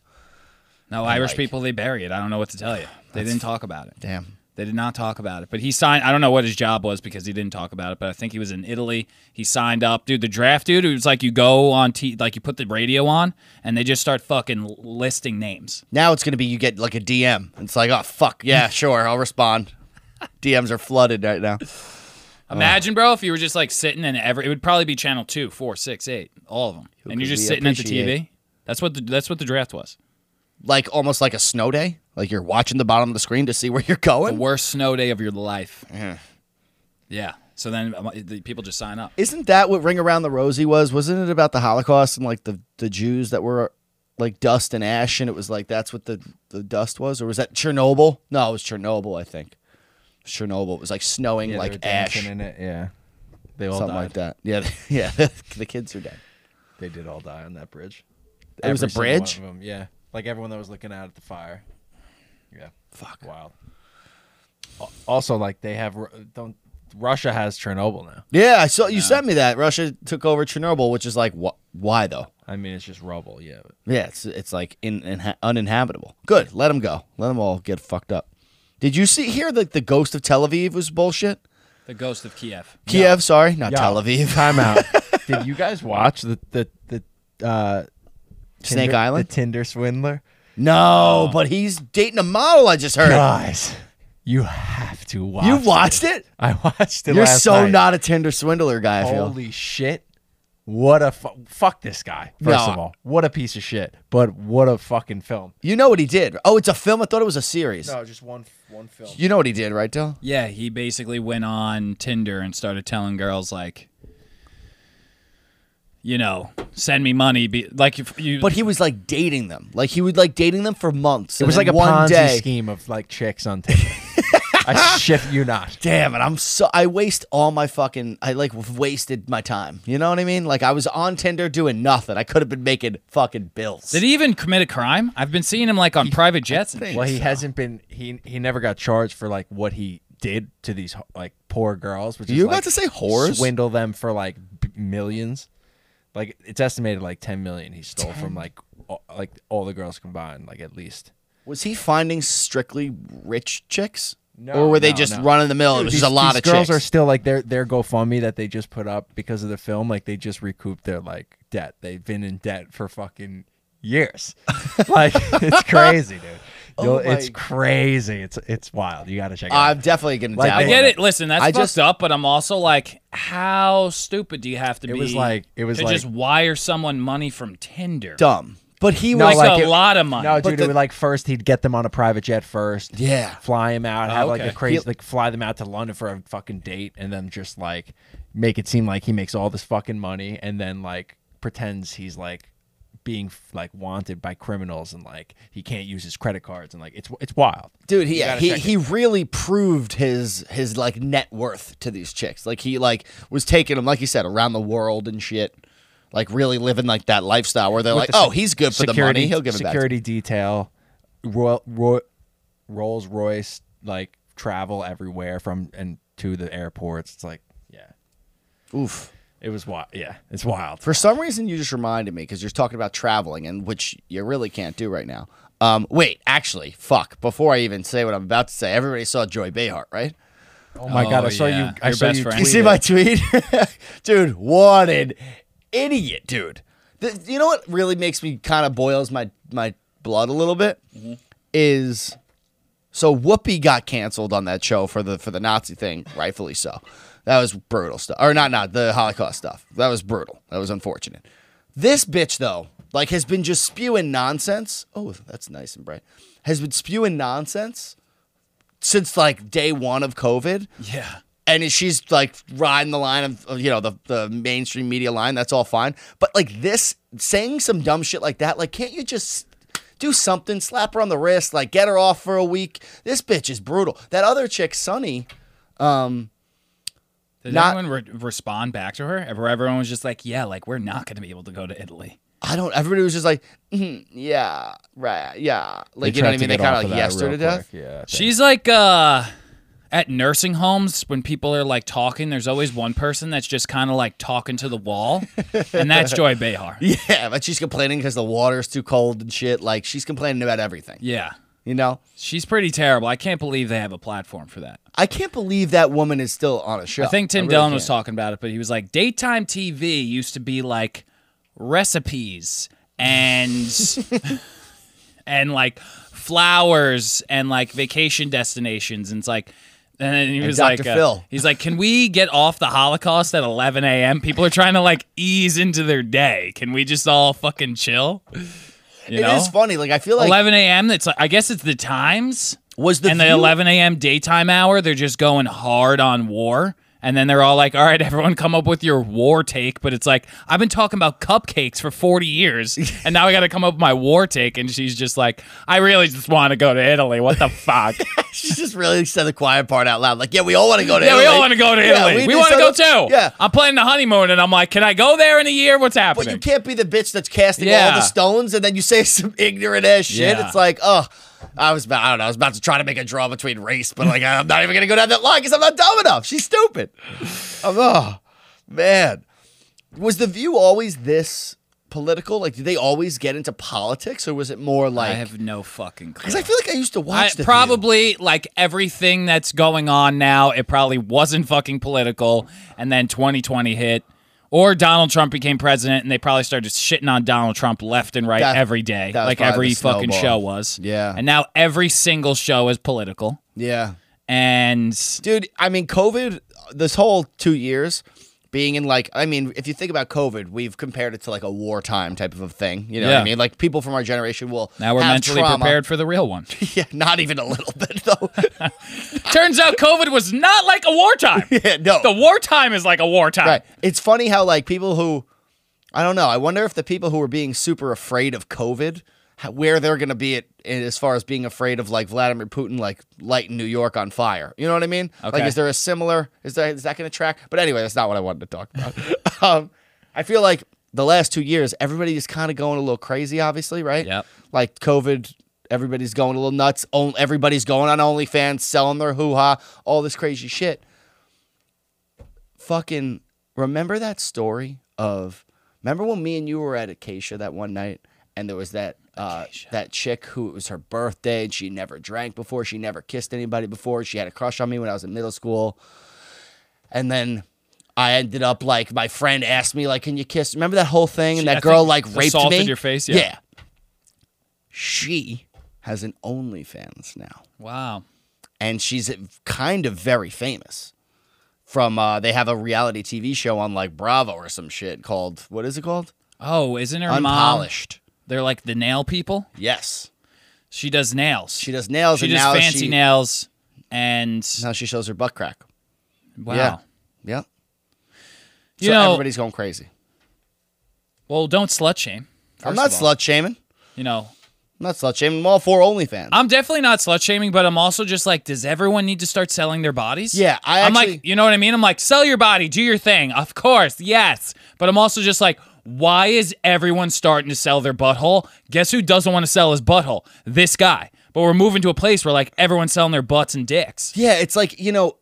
[SPEAKER 2] No, Irish
[SPEAKER 1] like-
[SPEAKER 2] people they bury it. I don't know what to tell you. They didn't talk about it.
[SPEAKER 1] Damn.
[SPEAKER 2] They did not talk about it. But he signed. I don't know what his job was because he didn't talk about it. But I think he was in Italy. He signed up, dude. The draft, dude. It was like you go on, t- like you put the radio on, and they just start fucking l- listing names.
[SPEAKER 1] Now it's gonna be you get like a DM. It's like, oh fuck, yeah, sure, I'll respond. DMs are flooded right now.
[SPEAKER 2] Imagine, bro, if you were just like sitting and every it would probably be channel two, four, six, eight, all of them, and you're
[SPEAKER 1] could
[SPEAKER 2] just
[SPEAKER 1] we
[SPEAKER 2] sitting at the
[SPEAKER 1] appreciate?
[SPEAKER 2] TV. That's what the, that's what the draft was.
[SPEAKER 1] Like almost like a snow day. Like you're watching the bottom of the screen to see where you're
[SPEAKER 2] The
[SPEAKER 1] going.
[SPEAKER 2] worst snow day of your life. yeah. So then um, the people just sign up.
[SPEAKER 1] Isn't that what Ring Around the Rosie was? Wasn't it about the Holocaust and like the, the Jews that were like dust and ash and it was like that's what the, the dust was? Or was that Chernobyl? No, it was Chernobyl, I think. Chernobyl. It was like snowing
[SPEAKER 4] Yeah, they were
[SPEAKER 1] like
[SPEAKER 4] dancing
[SPEAKER 1] ash.
[SPEAKER 4] in it. Yeah, they all
[SPEAKER 1] Something
[SPEAKER 4] died.
[SPEAKER 1] like that. Yeah, yeah. the kids are dead.
[SPEAKER 4] They did all die on that bridge.
[SPEAKER 1] It was a
[SPEAKER 4] single one
[SPEAKER 1] bridge?
[SPEAKER 4] of 'em, Yeah, like everyone that was looking out at the fire. Yeah. Fuck. Wild. Al- Also, like they have Ru- don't Russia has Chernobyl now.
[SPEAKER 1] Yeah, I saw you sent me that. Russia took over Chernobyl, which is like wh- why though?
[SPEAKER 4] I mean, it's just rubble. Yeah. but-
[SPEAKER 1] Yeah, it's it's like in, inha uninhabitable. Good, let them go. Let them all get fucked up. Did you see here that the ghost of Tel Aviv was bullshit?
[SPEAKER 2] The ghost of Kiev.
[SPEAKER 1] Kiev, sorry, not
[SPEAKER 4] Yo,
[SPEAKER 1] Tel Aviv.
[SPEAKER 4] Time out. Did you guys watch the the the uh,
[SPEAKER 1] Snake
[SPEAKER 4] Tinder-
[SPEAKER 1] Island?
[SPEAKER 4] The Tinder swindler. Oh.
[SPEAKER 1] No, but he's dating a model. I just heard.
[SPEAKER 4] Guys, you have to watch.
[SPEAKER 1] you watched
[SPEAKER 4] this.
[SPEAKER 1] it?
[SPEAKER 4] I watched it.
[SPEAKER 1] You're
[SPEAKER 4] last
[SPEAKER 1] so
[SPEAKER 4] night.
[SPEAKER 1] not a Tinder swindler guy. I feel.
[SPEAKER 4] Holy shit. What a fu- fuck this guy. First
[SPEAKER 1] No.
[SPEAKER 4] of all, what a piece of shit. But what a fucking film.
[SPEAKER 1] you know what he did? Oh, it's a film. I thought it was a series.
[SPEAKER 4] just one one film.
[SPEAKER 1] You know what he did, right, Dill?
[SPEAKER 2] Yeah, he basically went on Tinder and started telling girls like, you know, send me money. Be, like if you,
[SPEAKER 1] But he was like dating them. Like he would like dating them for months.
[SPEAKER 4] It was like a
[SPEAKER 1] one
[SPEAKER 4] Ponzi
[SPEAKER 1] day,
[SPEAKER 4] scheme of like chicks on Tinder. I shit you not.
[SPEAKER 1] damn it i'm so i waste all my fucking i like wasted my time you know what i mean like i was on tinder doing nothing i could have been making fucking bills
[SPEAKER 2] did he even commit a crime? I've been seeing him like on private jets. and
[SPEAKER 1] think-
[SPEAKER 4] Well, he hasn't been. He he never got charged for like what he did to these ho- like poor girls. Which
[SPEAKER 1] You
[SPEAKER 4] is,
[SPEAKER 1] about
[SPEAKER 4] like,
[SPEAKER 1] to say whores?
[SPEAKER 4] Swindle them for like b- millions. Like it's estimated like ten million he stole from like all, like all the girls combined. Like at least.
[SPEAKER 1] was he finding strictly rich chicks
[SPEAKER 4] No,
[SPEAKER 1] or were they
[SPEAKER 4] no,
[SPEAKER 1] just
[SPEAKER 4] no.
[SPEAKER 1] run in the mill it was
[SPEAKER 4] These-
[SPEAKER 1] just a lot
[SPEAKER 4] these
[SPEAKER 1] of
[SPEAKER 4] girls are
[SPEAKER 1] chicks
[SPEAKER 4] still like their their GoFundMe that they just put up because of the film. Like they just recouped their like debt. They've been in debt for fucking years. like it's crazy, dude. You'll- it's
[SPEAKER 1] Oh my-
[SPEAKER 4] crazy. It's it's wild. You got to check it out.
[SPEAKER 1] i'm definitely gonna
[SPEAKER 4] Like,
[SPEAKER 1] dabble
[SPEAKER 2] I
[SPEAKER 1] in
[SPEAKER 2] get
[SPEAKER 1] it.
[SPEAKER 2] it. Listen, that's
[SPEAKER 1] I
[SPEAKER 2] fucked
[SPEAKER 1] just-
[SPEAKER 2] up, but I'm also like, how stupid do you have to
[SPEAKER 4] It
[SPEAKER 2] be?
[SPEAKER 4] was like- it was
[SPEAKER 2] to
[SPEAKER 4] like-
[SPEAKER 2] just wire someone money from Tinder.
[SPEAKER 1] dumb but he
[SPEAKER 4] No,
[SPEAKER 1] was
[SPEAKER 2] like,
[SPEAKER 1] like,
[SPEAKER 4] like
[SPEAKER 2] a
[SPEAKER 4] it-
[SPEAKER 2] lot of money.
[SPEAKER 4] No, dude.
[SPEAKER 1] the-
[SPEAKER 4] it would, like first he'd get them on a private jet first.
[SPEAKER 1] Yeah.
[SPEAKER 4] Fly him out. Have like
[SPEAKER 2] okay.
[SPEAKER 4] a crazy
[SPEAKER 1] He'll-
[SPEAKER 4] like fly them out to London for a fucking date, and then just like make it seem like he makes all this fucking money, and then like pretends he's like being like wanted by criminals, and like he can't use his credit cards, and like it's it's wild.
[SPEAKER 1] dude he,
[SPEAKER 4] gotta
[SPEAKER 1] he,
[SPEAKER 4] check it.
[SPEAKER 1] he really proved his his like net worth to these chicks like he like was taking them like you said around the world and shit like really living like that lifestyle where they're like
[SPEAKER 4] the
[SPEAKER 1] oh
[SPEAKER 4] sec-
[SPEAKER 1] he's good for the money he'll give it back to me."
[SPEAKER 4] security detail, Royal, Roy, Rolls Royce, like travel everywhere from and to the airports. It's like yeah,
[SPEAKER 1] Oof.
[SPEAKER 4] it was wild. Yeah, it's wild.
[SPEAKER 1] For some reason, you just reminded me because you're talking about traveling, and which you really can't do right now. Um, wait, actually, fuck. Before I even say what I'm about to say, everybody saw Joy Behart, right?
[SPEAKER 4] Oh my god!
[SPEAKER 2] Oh,
[SPEAKER 4] I saw
[SPEAKER 2] yeah.
[SPEAKER 4] you. I
[SPEAKER 2] Your
[SPEAKER 4] saw
[SPEAKER 2] best
[SPEAKER 4] you.
[SPEAKER 2] friend.
[SPEAKER 1] You
[SPEAKER 4] tweet
[SPEAKER 1] see
[SPEAKER 4] it.
[SPEAKER 1] my tweet, dude? What an idiot, dude! Th- you know what really makes me kind of boils my my blood a little bit is so Whoopi got canceled on that show for the for the Nazi thing, rightfully so. That was brutal stuff, or not not the Holocaust stuff. That was brutal. That was unfortunate. This bitch though, like, has been just spewing nonsense. Oh, that's nice and bright. Has been spewing nonsense since like day one of COVID
[SPEAKER 2] Yeah.
[SPEAKER 1] and she's like riding the line of of, you know the the mainstream media line. That's all fine, but like this saying some dumb shit like that, like can't you just do something? Slap her on the wrist, like get her off for a week. This bitch is brutal. That other chick, Sunny,
[SPEAKER 2] Did
[SPEAKER 1] Not-
[SPEAKER 2] anyone re- respond back to her? Ever everyone was just like, yeah, like we're not going to be able to go to Italy.
[SPEAKER 1] I don't. Everybody was just like, "Mhm, yeah, right, yeah, like you know what
[SPEAKER 4] tried
[SPEAKER 1] I
[SPEAKER 4] to
[SPEAKER 1] mean. They
[SPEAKER 4] get off
[SPEAKER 1] kind of like
[SPEAKER 4] that
[SPEAKER 1] yessed her to
[SPEAKER 4] real
[SPEAKER 1] death.
[SPEAKER 4] quick, Yeah.
[SPEAKER 2] She's like uh at nursing homes when people are like talking, there's always one person that's just kind of like talking to the wall, and that's Joy Behar. Yeah.
[SPEAKER 1] Yeah, but she's complaining because the water's too cold and shit. Like she's complaining about everything. You know,
[SPEAKER 2] She's pretty terrible. I can't believe they have a platform for that.
[SPEAKER 1] I can't believe that woman is still on a show.
[SPEAKER 2] I think Tim
[SPEAKER 1] really
[SPEAKER 2] Dillon was
[SPEAKER 1] can't.
[SPEAKER 2] talking about it, but he was like, daytime TV used to be like recipes and and like flowers and like vacation destinations. And it's like And then he was
[SPEAKER 1] Dr.
[SPEAKER 2] like, uh,
[SPEAKER 1] Phil.
[SPEAKER 2] he's like, can we get off the Holocaust at 11 a.m.? People are trying to like ease into their day. Can we just all fucking chill? You
[SPEAKER 1] It is
[SPEAKER 2] know,
[SPEAKER 1] funny. Like I feel like
[SPEAKER 2] 11 a.m. That's like, I guess it's the times
[SPEAKER 1] was the
[SPEAKER 2] and the
[SPEAKER 1] view-
[SPEAKER 2] 11 a.m. daytime hour. They're just going hard on war. And then they're all like, all right, everyone come up with your war take. But it's like, I've been talking about cupcakes for 40 years. And now I got to come up with my war take. And she's just like, I really just want to go to Italy. What the fuck?
[SPEAKER 1] She just really said the quiet part out loud. Like, yeah, we all want to go to
[SPEAKER 2] Yeah,
[SPEAKER 1] Italy.
[SPEAKER 2] we all want to go to
[SPEAKER 1] Yeah,
[SPEAKER 2] Italy. we
[SPEAKER 1] just
[SPEAKER 2] want to
[SPEAKER 1] said that-
[SPEAKER 2] go too.
[SPEAKER 1] Yeah.
[SPEAKER 2] I'm planning the honeymoon, and I'm like, can I go there in a year? What's
[SPEAKER 1] But
[SPEAKER 2] happening?
[SPEAKER 1] you can't be the bitch that's casting all
[SPEAKER 2] Yeah.
[SPEAKER 1] the stones and then you say some ignorant ass shit.
[SPEAKER 2] Yeah.
[SPEAKER 1] It's like, oh, I was about, I don't know, I was about to try to make a draw between race, but like, I'm not even going to go down that line because I'm not dumb enough. She's stupid. I'm, oh, man. Was The View always this political? Like, did they always get into politics or was it more
[SPEAKER 2] I
[SPEAKER 1] like.
[SPEAKER 2] have no fucking clue.
[SPEAKER 1] Because I feel like I used to
[SPEAKER 2] I,
[SPEAKER 1] watch The View.
[SPEAKER 2] probably like everything that's going on now, it probably wasn't fucking political. And then 2020 hit, or Donald Trump became president, and they probably started shitting on Donald Trump left and right
[SPEAKER 1] That-
[SPEAKER 2] every day,
[SPEAKER 1] that was
[SPEAKER 2] like
[SPEAKER 1] probably
[SPEAKER 2] every
[SPEAKER 1] the
[SPEAKER 2] fucking
[SPEAKER 1] snowball.
[SPEAKER 2] show was.
[SPEAKER 1] Yeah.
[SPEAKER 2] And now every single show is political.
[SPEAKER 1] Yeah.
[SPEAKER 2] And
[SPEAKER 1] dude i mean covid this whole two years being in like i mean if you think about covid we've compared it to like a wartime type of a thing you know what
[SPEAKER 2] Yeah.
[SPEAKER 1] i mean like people from our generation will
[SPEAKER 2] now we're
[SPEAKER 1] have
[SPEAKER 2] mentally
[SPEAKER 1] trauma.
[SPEAKER 2] prepared for the real one.
[SPEAKER 1] yeah not even a little bit though
[SPEAKER 2] Turns out COVID was not like a wartime.
[SPEAKER 1] yeah no
[SPEAKER 2] The wartime is like a wartime.
[SPEAKER 1] right it's funny how like people who i don't know i wonder if the people who were being super afraid of covid how- where they're going to be at as far as being afraid of like Vladimir Putin like lighting New York on fire, you know what I mean? Like,
[SPEAKER 2] Okay.
[SPEAKER 1] is there a similar? Is that is that going to track? But anyway, that's not what I wanted to talk about. um, I feel like the last two years, everybody is kind of going a little crazy, obviously, right?
[SPEAKER 2] Yep.
[SPEAKER 1] Like COVID, everybody's going a little nuts. On- Everybody's going on OnlyFans, selling their hoo ha, all this crazy shit fucking remember that story of remember when me and you were at Acacia that one night and there was that uh, that chick who it was her birthday and she never drank before, she never kissed anybody before, she had a crush on me when I was in middle school. And then I ended up like my friend asked me like can you kiss remember that whole thing and
[SPEAKER 2] She-
[SPEAKER 1] that
[SPEAKER 2] I
[SPEAKER 1] girl
[SPEAKER 2] think
[SPEAKER 1] like raped
[SPEAKER 2] assaulted
[SPEAKER 1] me
[SPEAKER 2] your face? Yeah.
[SPEAKER 1] yeah. She has an OnlyFans now
[SPEAKER 2] Wow.
[SPEAKER 1] and she's kind of very famous. From uh, they have a reality TV show on like Bravo or some shit called what is it called?
[SPEAKER 2] Oh, isn't her mom?
[SPEAKER 1] Unpolished.
[SPEAKER 2] They're like the nail people.
[SPEAKER 1] Yes,
[SPEAKER 2] She does nails.
[SPEAKER 1] she does nails.
[SPEAKER 2] She
[SPEAKER 1] and
[SPEAKER 2] does
[SPEAKER 1] now
[SPEAKER 2] fancy
[SPEAKER 1] she,
[SPEAKER 2] nails, and
[SPEAKER 1] Now she shows her butt crack.
[SPEAKER 2] wow.
[SPEAKER 1] Yeah. Yeah.
[SPEAKER 2] You
[SPEAKER 1] so
[SPEAKER 2] know-
[SPEAKER 1] everybody's going crazy.
[SPEAKER 2] Well, don't slut shame.
[SPEAKER 1] I'm
[SPEAKER 2] first
[SPEAKER 1] not
[SPEAKER 2] of all.
[SPEAKER 1] slut shaming.
[SPEAKER 2] You know,
[SPEAKER 1] I'm not slut shaming. I'm all for OnlyFans.
[SPEAKER 2] I'm definitely not slut shaming, but I'm also just like, does everyone need to start selling their bodies?
[SPEAKER 1] Yeah, I
[SPEAKER 2] am
[SPEAKER 1] actually-
[SPEAKER 2] like, you know what I mean? I'm like, sell your body, do your thing, of course, yes. But I'm also just like, why is everyone starting to sell their butthole? Guess who doesn't want to sell his butthole? This guy. But we're moving to a place where like everyone's selling their butts and dicks.
[SPEAKER 1] yeah, it's like you know.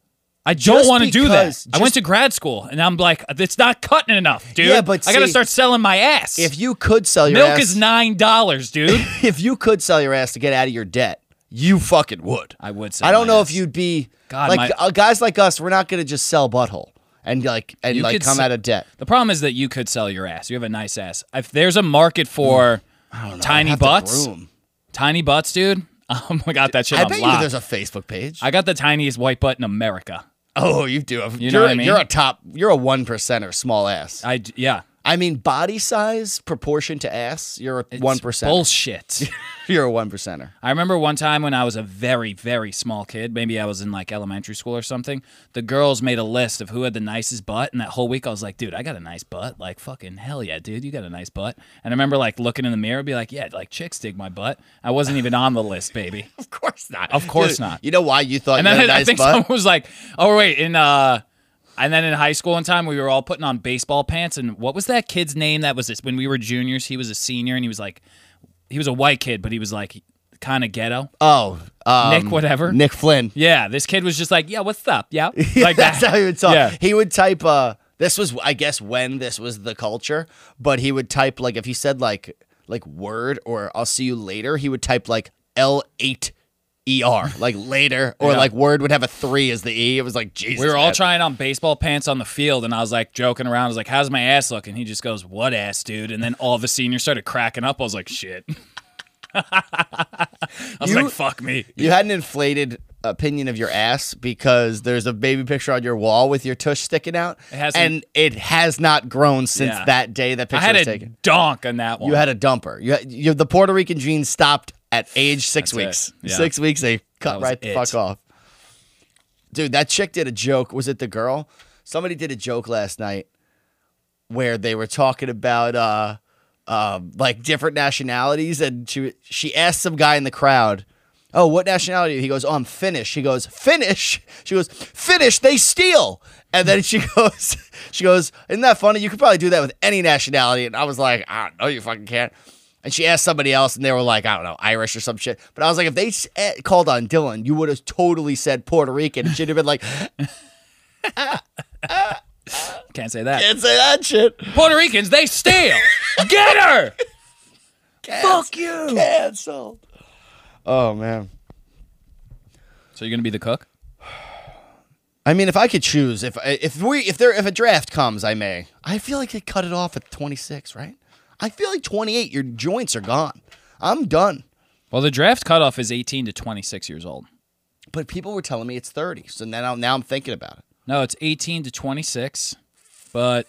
[SPEAKER 2] I don't
[SPEAKER 1] Just
[SPEAKER 2] want to do that.
[SPEAKER 1] because-
[SPEAKER 2] I went
[SPEAKER 1] just-
[SPEAKER 2] to grad school and I'm like, it's not cutting enough, dude.
[SPEAKER 1] Yeah, but
[SPEAKER 2] I gotta
[SPEAKER 1] see,
[SPEAKER 2] start selling my ass.
[SPEAKER 1] If you could sell your
[SPEAKER 2] milk
[SPEAKER 1] ass,
[SPEAKER 2] is nine dollars, dude,
[SPEAKER 1] if you could sell your ass to get out of your debt, you fucking would.
[SPEAKER 2] I would sell
[SPEAKER 1] I don't
[SPEAKER 2] my
[SPEAKER 1] know
[SPEAKER 2] ass.
[SPEAKER 1] if you'd be
[SPEAKER 2] God,
[SPEAKER 1] like
[SPEAKER 2] my-
[SPEAKER 1] uh, guys like us. We're not gonna just sell butthole and like and
[SPEAKER 2] You
[SPEAKER 1] like
[SPEAKER 2] could
[SPEAKER 1] come
[SPEAKER 2] se-
[SPEAKER 1] out of debt.
[SPEAKER 2] the problem is that you could sell your ass. You have a nice ass. If there's a market for
[SPEAKER 1] Mm.
[SPEAKER 2] tiny
[SPEAKER 1] Have to
[SPEAKER 2] butts,
[SPEAKER 1] groom.
[SPEAKER 2] tiny butts, dude. Oh my god, that shit!
[SPEAKER 1] I
[SPEAKER 2] on
[SPEAKER 1] bet you
[SPEAKER 2] lock.
[SPEAKER 1] there's a Facebook page.
[SPEAKER 2] I got the tiniest white butt in America.
[SPEAKER 1] oh, you do. You are
[SPEAKER 2] know what I mean?
[SPEAKER 1] You're a top. You're a one percenter, small ass. I,
[SPEAKER 2] I d- yeah,
[SPEAKER 1] mean, body size proportion to ass. You're a
[SPEAKER 2] It's
[SPEAKER 1] one percenter.
[SPEAKER 2] Bullshit.
[SPEAKER 1] You're a one percenter.
[SPEAKER 2] I remember one time when I was a very, very small kid. Maybe I was in like elementary school or something. The girls made a list of who had the nicest butt, and that whole week I was like, "Dude, I got a nice butt. Like, fucking hell yeah, dude, you got a nice butt." And I remember like looking in the mirror, and be like, "Yeah, like chicks dig my butt." I wasn't even on the list, baby.
[SPEAKER 1] Of course not.
[SPEAKER 2] Of course not.
[SPEAKER 1] You know why you thought
[SPEAKER 2] And
[SPEAKER 1] you had
[SPEAKER 2] then
[SPEAKER 1] a
[SPEAKER 2] I- I
[SPEAKER 1] nice
[SPEAKER 2] think
[SPEAKER 1] butt?
[SPEAKER 2] someone was like, "Oh wait," in uh, and then in high school one time we were all putting on baseball pants, and what was that kid's name? That was this when we were juniors. He was a senior, and he was like, he was a white kid, but he was like kind of ghetto.
[SPEAKER 1] Oh, um,
[SPEAKER 2] Nick whatever.
[SPEAKER 1] Nick Flynn.
[SPEAKER 2] Yeah, this kid was just like, yeah, what's up? Yeah, like
[SPEAKER 1] that's
[SPEAKER 2] that.
[SPEAKER 1] how he would talk.
[SPEAKER 2] Yeah.
[SPEAKER 1] He would type. Uh, this was, I guess, when this was the culture. But he would type like if he said like like word or I'll see you later. He would type like L eight E R like later or
[SPEAKER 2] Yeah.
[SPEAKER 1] like word would have a three as the E. It was like Jesus.
[SPEAKER 2] We were all
[SPEAKER 1] man.
[SPEAKER 2] trying on baseball pants on the field, and I was like joking around. I was like, "How's my ass look?" And he just goes, "What ass, dude?" And then all the seniors started cracking up. I was like, "Shit." I was
[SPEAKER 1] You-
[SPEAKER 2] like, fuck me.
[SPEAKER 1] You had an inflated opinion of your ass because there's a baby picture on your wall with your tush sticking out,
[SPEAKER 2] It hasn't-
[SPEAKER 1] and it has not grown since
[SPEAKER 2] Yeah.
[SPEAKER 1] that day that
[SPEAKER 2] I
[SPEAKER 1] picture
[SPEAKER 2] had
[SPEAKER 1] was
[SPEAKER 2] a
[SPEAKER 1] taken.
[SPEAKER 2] donk on that one.
[SPEAKER 1] You had a dumper. You, had, you the Puerto Rican jeans stopped at age six
[SPEAKER 2] That's
[SPEAKER 1] weeks.
[SPEAKER 2] it. Yeah.
[SPEAKER 1] Six weeks they cut
[SPEAKER 2] was
[SPEAKER 1] right the
[SPEAKER 2] it.
[SPEAKER 1] fuck off. Dude, that chick did a joke. Was it the girl? Somebody did a joke last night where they were talking about uh, um, like different nationalities, and she she asked some guy in the crowd. Oh, what nationality? are you?" He goes, Oh, I'm Finnish. She goes, Finnish. She goes, Finnish, they steal. And then she goes, she goes, Isn't that funny? You could probably do that with any nationality. And I was like, I don't know, you fucking can't. And she asked somebody else, and they were like, I don't know, Irish or some shit. But I was like, if they s- eh, called on Dylan, you would have totally said Puerto Rican. And she'd have been like,
[SPEAKER 2] Can't say that.
[SPEAKER 1] Can't say that shit.
[SPEAKER 2] Puerto Ricans, they steal. Get her. Fuck you.
[SPEAKER 1] Canceled. Oh, man.
[SPEAKER 2] So you're gonna be the cook?
[SPEAKER 1] I mean, if I could choose, if if we if there if a draft comes, I may. I feel like they cut it off at 26, right? I feel like 28, your joints are gone. I'm done.
[SPEAKER 2] Well, the draft cutoff is 18 to 26 years old.
[SPEAKER 1] But people were telling me it's 30, so now now I'm thinking about it.
[SPEAKER 2] No, it's 18 to 26. But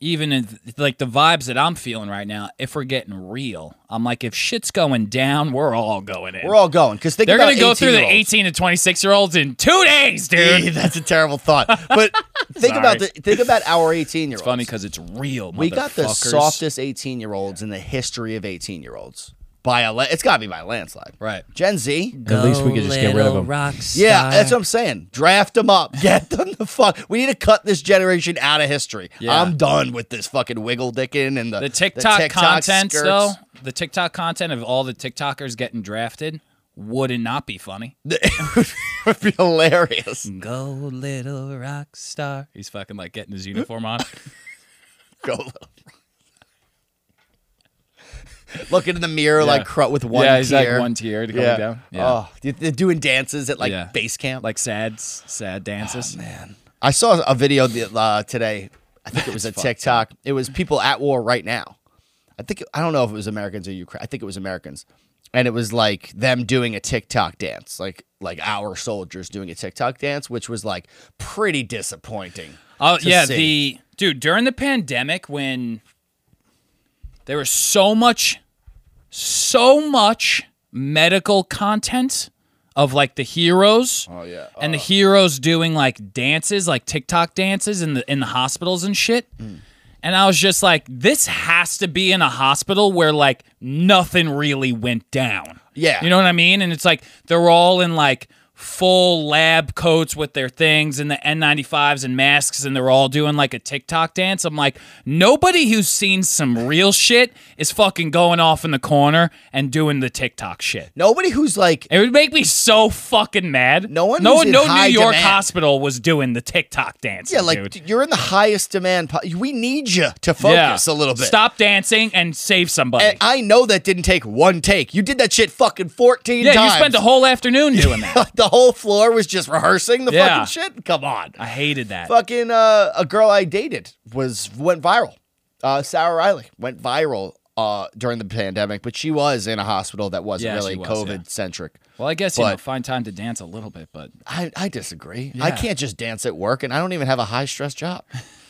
[SPEAKER 2] even in like the vibes that I'm feeling right now, if we're getting real, I'm like, if shit's going down, we're all going in.
[SPEAKER 1] We're all going because
[SPEAKER 2] They're
[SPEAKER 1] going to
[SPEAKER 2] go through the 18 to 26 year olds in two days, dude.
[SPEAKER 1] Dude, that's a terrible thought. But think about the think about our 18 year olds.
[SPEAKER 2] Funny because it's real.
[SPEAKER 1] we got the
[SPEAKER 2] motherfuckers.
[SPEAKER 1] softest 18 year olds in the history of 18 year olds by a la- it's got to be by a landslide.
[SPEAKER 2] Right.
[SPEAKER 1] Gen Z.
[SPEAKER 4] At least we could just get rid of them.
[SPEAKER 1] Yeah, that's what I'm saying. Draft them up. Get them the fuck. We need to cut this generation out of history.
[SPEAKER 2] Yeah.
[SPEAKER 1] I'm done with this fucking wiggle dicking and the,
[SPEAKER 2] the TikTok, content,
[SPEAKER 1] skirts.
[SPEAKER 2] though, the TikTok content of all the TikTokers getting drafted would it not be funny.
[SPEAKER 1] it would be hilarious.
[SPEAKER 2] Go little rock star. He's fucking like getting his uniform on.
[SPEAKER 1] Go Looking in the mirror like cr- with one
[SPEAKER 2] yeah,
[SPEAKER 1] tear.
[SPEAKER 2] he's like one tear to coming
[SPEAKER 1] yeah.
[SPEAKER 2] down. Yeah.
[SPEAKER 1] Oh, they- they're doing dances at like
[SPEAKER 2] Yeah.
[SPEAKER 1] base camp.
[SPEAKER 2] Like sad, s- sad dances.
[SPEAKER 1] Oh, man, I saw a video the- uh, today. I think it was a TikTok. It was people at war right now. I think I don't know if it was Americans or Ukraine. I think it was Americans, and it was like them doing a TikTok dance, like like our soldiers doing a TikTok dance, which was like pretty disappointing.
[SPEAKER 2] Oh
[SPEAKER 1] to
[SPEAKER 2] yeah,
[SPEAKER 1] see.
[SPEAKER 2] the dude during the pandemic when there was so much, so much medical content of like the heroes.
[SPEAKER 1] Oh, yeah.
[SPEAKER 2] and the heroes doing like dances, like TikTok dances in the in the hospitals and shit.
[SPEAKER 1] Hmm.
[SPEAKER 2] And I was just like, this has to be in a hospital where like nothing really went down.
[SPEAKER 1] Yeah.
[SPEAKER 2] You know what I mean? And it's like they're all in like full lab coats with their things and the N95s and masks and they're all doing like a TikTok dance. I'm like, nobody who's seen some real shit is fucking going off in the corner and doing the TikTok shit.
[SPEAKER 1] Nobody who's like
[SPEAKER 2] It would make me so fucking mad.
[SPEAKER 1] No one
[SPEAKER 2] no,
[SPEAKER 1] who's in
[SPEAKER 2] no
[SPEAKER 1] high
[SPEAKER 2] New York
[SPEAKER 1] demand.
[SPEAKER 2] hospital was doing the TikTok dance.
[SPEAKER 1] yeah, like
[SPEAKER 2] dude.
[SPEAKER 1] dude, you're in the highest demand. po- We need you to focus a little bit.
[SPEAKER 2] Stop dancing and save somebody.
[SPEAKER 1] And I know that didn't take one take. You did that shit fucking 14
[SPEAKER 2] yeah,
[SPEAKER 1] times.
[SPEAKER 2] you spent the whole afternoon doing that.
[SPEAKER 1] the whole floor was just rehearsing the
[SPEAKER 2] Yeah.
[SPEAKER 1] fucking shit. Come on.
[SPEAKER 2] I hated that.
[SPEAKER 1] Fucking uh, a girl I dated was went viral. Uh, Sarah Riley went viral uh, during the pandemic, but she was in a hospital that wasn't
[SPEAKER 2] Yeah,
[SPEAKER 1] really
[SPEAKER 2] she was, yeah.
[SPEAKER 1] COVID centric.
[SPEAKER 2] Well, I guess you know,
[SPEAKER 1] But-
[SPEAKER 2] find time to dance a little bit, but
[SPEAKER 1] I, I disagree. I
[SPEAKER 2] Yeah.
[SPEAKER 1] can't just dance at work, and I don't even have a high stress job.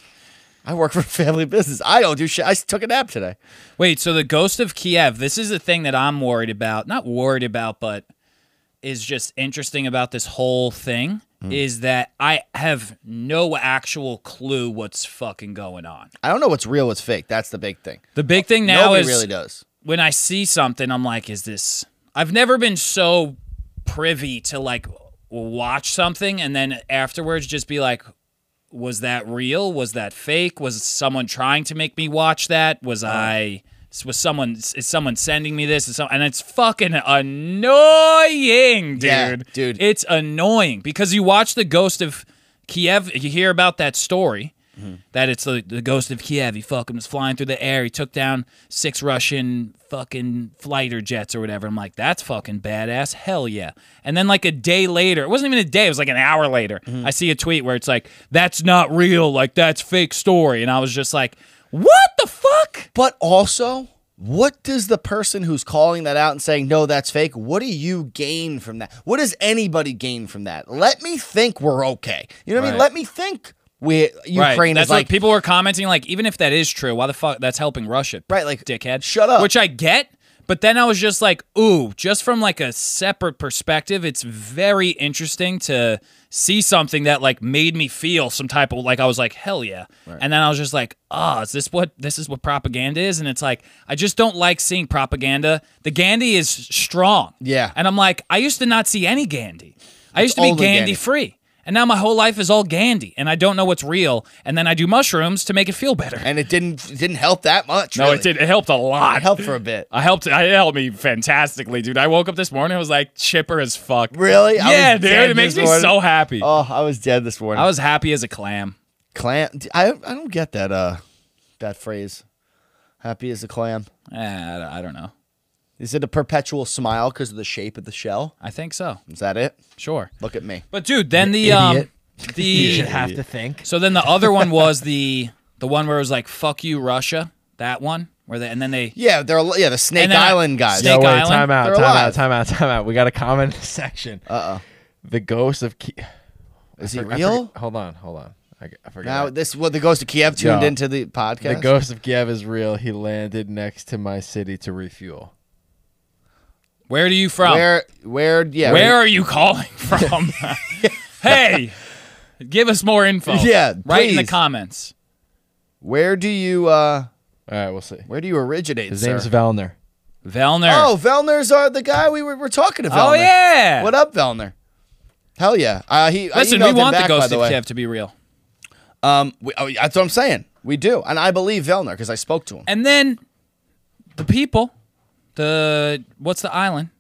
[SPEAKER 1] I work for a family business. I don't do shit. I s- took a nap today.
[SPEAKER 2] Wait, so the ghost of Kiev, this is the thing that I'm worried about. Not worried about, but is just interesting about this whole thing
[SPEAKER 1] Hmm.
[SPEAKER 2] is that I have no actual clue what's fucking going on.
[SPEAKER 1] I don't know what's real, what's fake. That's the big thing.
[SPEAKER 2] The big thing now
[SPEAKER 1] Uh, Nobody
[SPEAKER 2] is
[SPEAKER 1] really does.
[SPEAKER 2] when I see something, I'm like, is this? I've never been so privy to like watch something and then afterwards just be like, was that real? Was that fake? Was someone trying to make me watch that? Was
[SPEAKER 1] Uh-huh.
[SPEAKER 2] I? Was someone? Is someone sending me this? Is some- And it's fucking annoying, dude.
[SPEAKER 1] Yeah, dude.
[SPEAKER 2] It's annoying because you watch the ghost of Kiev. You hear about that story that it's the, the ghost of Kiev. He fucking was flying through the air. He took down six Russian fucking fighter jets or whatever. I'm like, that's fucking badass. Hell yeah. And then like a day later, it wasn't even a day. It was like an hour later. I see a tweet where it's like, that's not real. Like that's fake story. And I was just like, what the fuck?
[SPEAKER 1] But also, What does the person who's calling that out and saying, no, that's fake, what do you gain from that? What does anybody gain from that? Let me think we're okay. You know what I mean?
[SPEAKER 2] Right.
[SPEAKER 1] Let me think we
[SPEAKER 2] Right.
[SPEAKER 1] Ukraine
[SPEAKER 2] That's
[SPEAKER 1] is like
[SPEAKER 2] what people were commenting. Like, even if that is true, why the fuck that's helping Russia?
[SPEAKER 1] Right, like,
[SPEAKER 2] dickhead.
[SPEAKER 1] shut up.
[SPEAKER 2] Which I get, but then I was just like, ooh, just from like a separate perspective, it's very interesting to see something that like made me feel some type of like I was like, hell yeah. And then I was just like, ah, is this what this is what propaganda is? And it's like, I just don't like seeing propaganda. The Gandhi is strong.
[SPEAKER 1] Yeah.
[SPEAKER 2] And I'm like, I used to not see any Gandhi. I used to be
[SPEAKER 1] only
[SPEAKER 2] Gandhi,
[SPEAKER 1] Gandhi.
[SPEAKER 2] free. And now my whole life is all Gandhi, and I don't know what's real. And then I do mushrooms to make it feel better.
[SPEAKER 1] and it didn't it didn't help that much.
[SPEAKER 2] No,
[SPEAKER 1] really.
[SPEAKER 2] it did. It helped a lot.
[SPEAKER 1] It helped for a bit.
[SPEAKER 2] I helped. I it helped me fantastically, dude. I woke up this morning. I was like chipper as fuck.
[SPEAKER 1] Really? I
[SPEAKER 2] Yeah,
[SPEAKER 1] was
[SPEAKER 2] dude.
[SPEAKER 1] dead
[SPEAKER 2] It makes
[SPEAKER 1] this
[SPEAKER 2] me
[SPEAKER 1] morning.
[SPEAKER 2] so happy.
[SPEAKER 1] Oh, I was dead this morning.
[SPEAKER 2] I was happy as a clam.
[SPEAKER 1] clam. I I don't get that uh that phrase. Happy as a clam.
[SPEAKER 2] Eh, I don't- I don't know.
[SPEAKER 1] Is it a perpetual smile because of the shape of the shell?
[SPEAKER 2] I think so.
[SPEAKER 1] Is that it?
[SPEAKER 2] Sure.
[SPEAKER 1] Look at me.
[SPEAKER 2] But dude, then the
[SPEAKER 4] You
[SPEAKER 2] um,
[SPEAKER 4] idiot. You should
[SPEAKER 2] the
[SPEAKER 4] have to think.
[SPEAKER 2] so then the other one was the the one where it was like fuck you Russia. That one where they and then they
[SPEAKER 1] Yeah, they're al- yeah the Snake
[SPEAKER 2] then I-
[SPEAKER 1] Island guys.
[SPEAKER 2] Snake-
[SPEAKER 4] wait,
[SPEAKER 2] Island,
[SPEAKER 4] time out,
[SPEAKER 1] they're
[SPEAKER 4] time
[SPEAKER 1] alive.
[SPEAKER 4] out, time out, time out. We got a comment in the section.
[SPEAKER 1] Uh oh.
[SPEAKER 4] the ghost of Ki-
[SPEAKER 1] Is
[SPEAKER 4] I
[SPEAKER 1] he
[SPEAKER 4] for- I
[SPEAKER 1] real?
[SPEAKER 4] forget- hold on, hold on. I, g- I forgot.
[SPEAKER 1] Now this what the Ghost of Kiev tuned
[SPEAKER 4] Yo.
[SPEAKER 1] into the podcast.
[SPEAKER 4] the ghost of Kiev is real. He landed next to my city to refuel.
[SPEAKER 2] where do you from?
[SPEAKER 1] Where where yeah
[SPEAKER 2] Where are you calling from? hey, give us more info.
[SPEAKER 1] Yeah,
[SPEAKER 2] right in the
[SPEAKER 1] please.
[SPEAKER 2] comments.
[SPEAKER 1] where do you uh
[SPEAKER 4] All right, we'll see.
[SPEAKER 1] where do you originate?
[SPEAKER 4] His
[SPEAKER 1] sir?
[SPEAKER 4] name's Valner.
[SPEAKER 2] Velner.
[SPEAKER 1] Oh, Velner's are the guy we were, were talking to. Velner.
[SPEAKER 2] Oh, yeah.
[SPEAKER 1] What up, Velner? Hell yeah. Uh, he I
[SPEAKER 2] Listen,
[SPEAKER 1] emailed
[SPEAKER 2] we
[SPEAKER 1] him
[SPEAKER 2] want
[SPEAKER 1] back, by
[SPEAKER 2] the ghost
[SPEAKER 1] the
[SPEAKER 2] of
[SPEAKER 1] way.
[SPEAKER 2] Kiev to be real.
[SPEAKER 1] Um, we, oh, that's what I'm saying. We do, and I believe Velner because I spoke to him.
[SPEAKER 2] And then the people, the what's the island?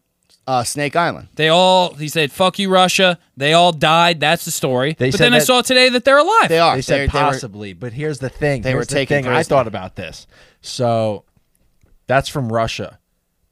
[SPEAKER 1] Uh, Snake Island.
[SPEAKER 2] They all he said, "Fuck you, Russia." They all died. That's the story.
[SPEAKER 4] They
[SPEAKER 2] but
[SPEAKER 4] said
[SPEAKER 2] then I
[SPEAKER 4] that-
[SPEAKER 2] saw today that they're alive.
[SPEAKER 1] They are.
[SPEAKER 4] They said
[SPEAKER 1] They were-
[SPEAKER 4] possibly, but here's the thing.
[SPEAKER 1] They
[SPEAKER 4] here's
[SPEAKER 1] were
[SPEAKER 4] the
[SPEAKER 1] taking
[SPEAKER 4] thing. I
[SPEAKER 1] Thursday.
[SPEAKER 4] thought about this. So that's from Russia.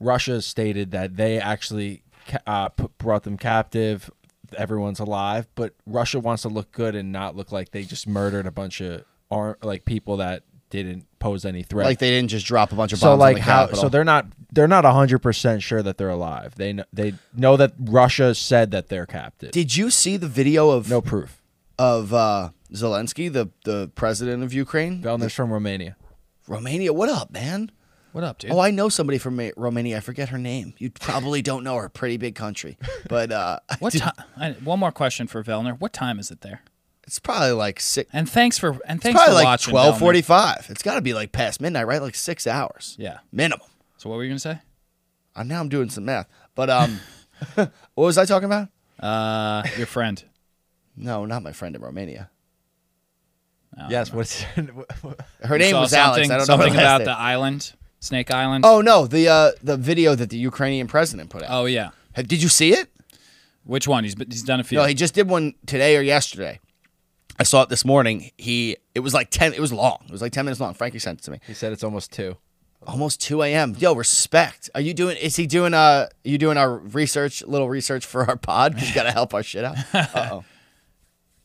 [SPEAKER 4] Russia stated that they actually ca- uh, p- brought them captive. Everyone's alive, but Russia wants to look good and not look like they just murdered a bunch of ar- like people that didn't pose any threat.
[SPEAKER 1] like they didn't just drop a bunch of bombs.
[SPEAKER 4] so like
[SPEAKER 1] on the
[SPEAKER 4] how
[SPEAKER 1] Capitol.
[SPEAKER 4] so they're not they're not 100% sure that they're alive. They kn- they know that Russia said that they're captive.
[SPEAKER 1] Did you see the video of
[SPEAKER 4] no proof.
[SPEAKER 1] of uh, Zelensky, the the president of Ukraine?
[SPEAKER 4] Velner's from Romania.
[SPEAKER 1] Romania. What up, man?
[SPEAKER 2] what up, dude?
[SPEAKER 1] Oh, I know somebody from Ma- Romania. I forget her name. You probably don't know her. Pretty big country, but uh,
[SPEAKER 2] what time? One more question for Velner. What time is it there?
[SPEAKER 1] it's probably like six.
[SPEAKER 2] And thanks for and thanks
[SPEAKER 1] Probably
[SPEAKER 2] for
[SPEAKER 1] like
[SPEAKER 2] watching.
[SPEAKER 1] twelve
[SPEAKER 2] Velner.
[SPEAKER 1] forty-five. It's got to be like past midnight, right? Like six hours.
[SPEAKER 2] Yeah.
[SPEAKER 1] minimum.
[SPEAKER 2] So what were you gonna say?
[SPEAKER 1] Uh, now I'm doing some math, but um, what was I talking about?
[SPEAKER 2] Uh, your friend.
[SPEAKER 1] No, not my friend in Romania.
[SPEAKER 4] Yes, what's
[SPEAKER 1] Her
[SPEAKER 2] You
[SPEAKER 1] name
[SPEAKER 2] saw
[SPEAKER 1] was Alex.
[SPEAKER 2] something,
[SPEAKER 1] I don't know her
[SPEAKER 2] something
[SPEAKER 1] last
[SPEAKER 2] about
[SPEAKER 1] name.
[SPEAKER 2] the island, Snake Island.
[SPEAKER 1] Oh no, the uh, the video that the Ukrainian president put out.
[SPEAKER 2] Oh, yeah.
[SPEAKER 1] Oh. Did you see it?
[SPEAKER 2] Which one? He's he's done a few.
[SPEAKER 1] No, he just did one today or yesterday. I saw it this morning. He it was like ten. It was long. It was like ten minutes long. Frankie sent it to me.
[SPEAKER 4] He said it's almost two.
[SPEAKER 1] Almost two a.m. Yo, respect. Are you doing? Is he doing? Uh, you doing our research? Little research for our pod. He's got to help our shit out. Uh oh,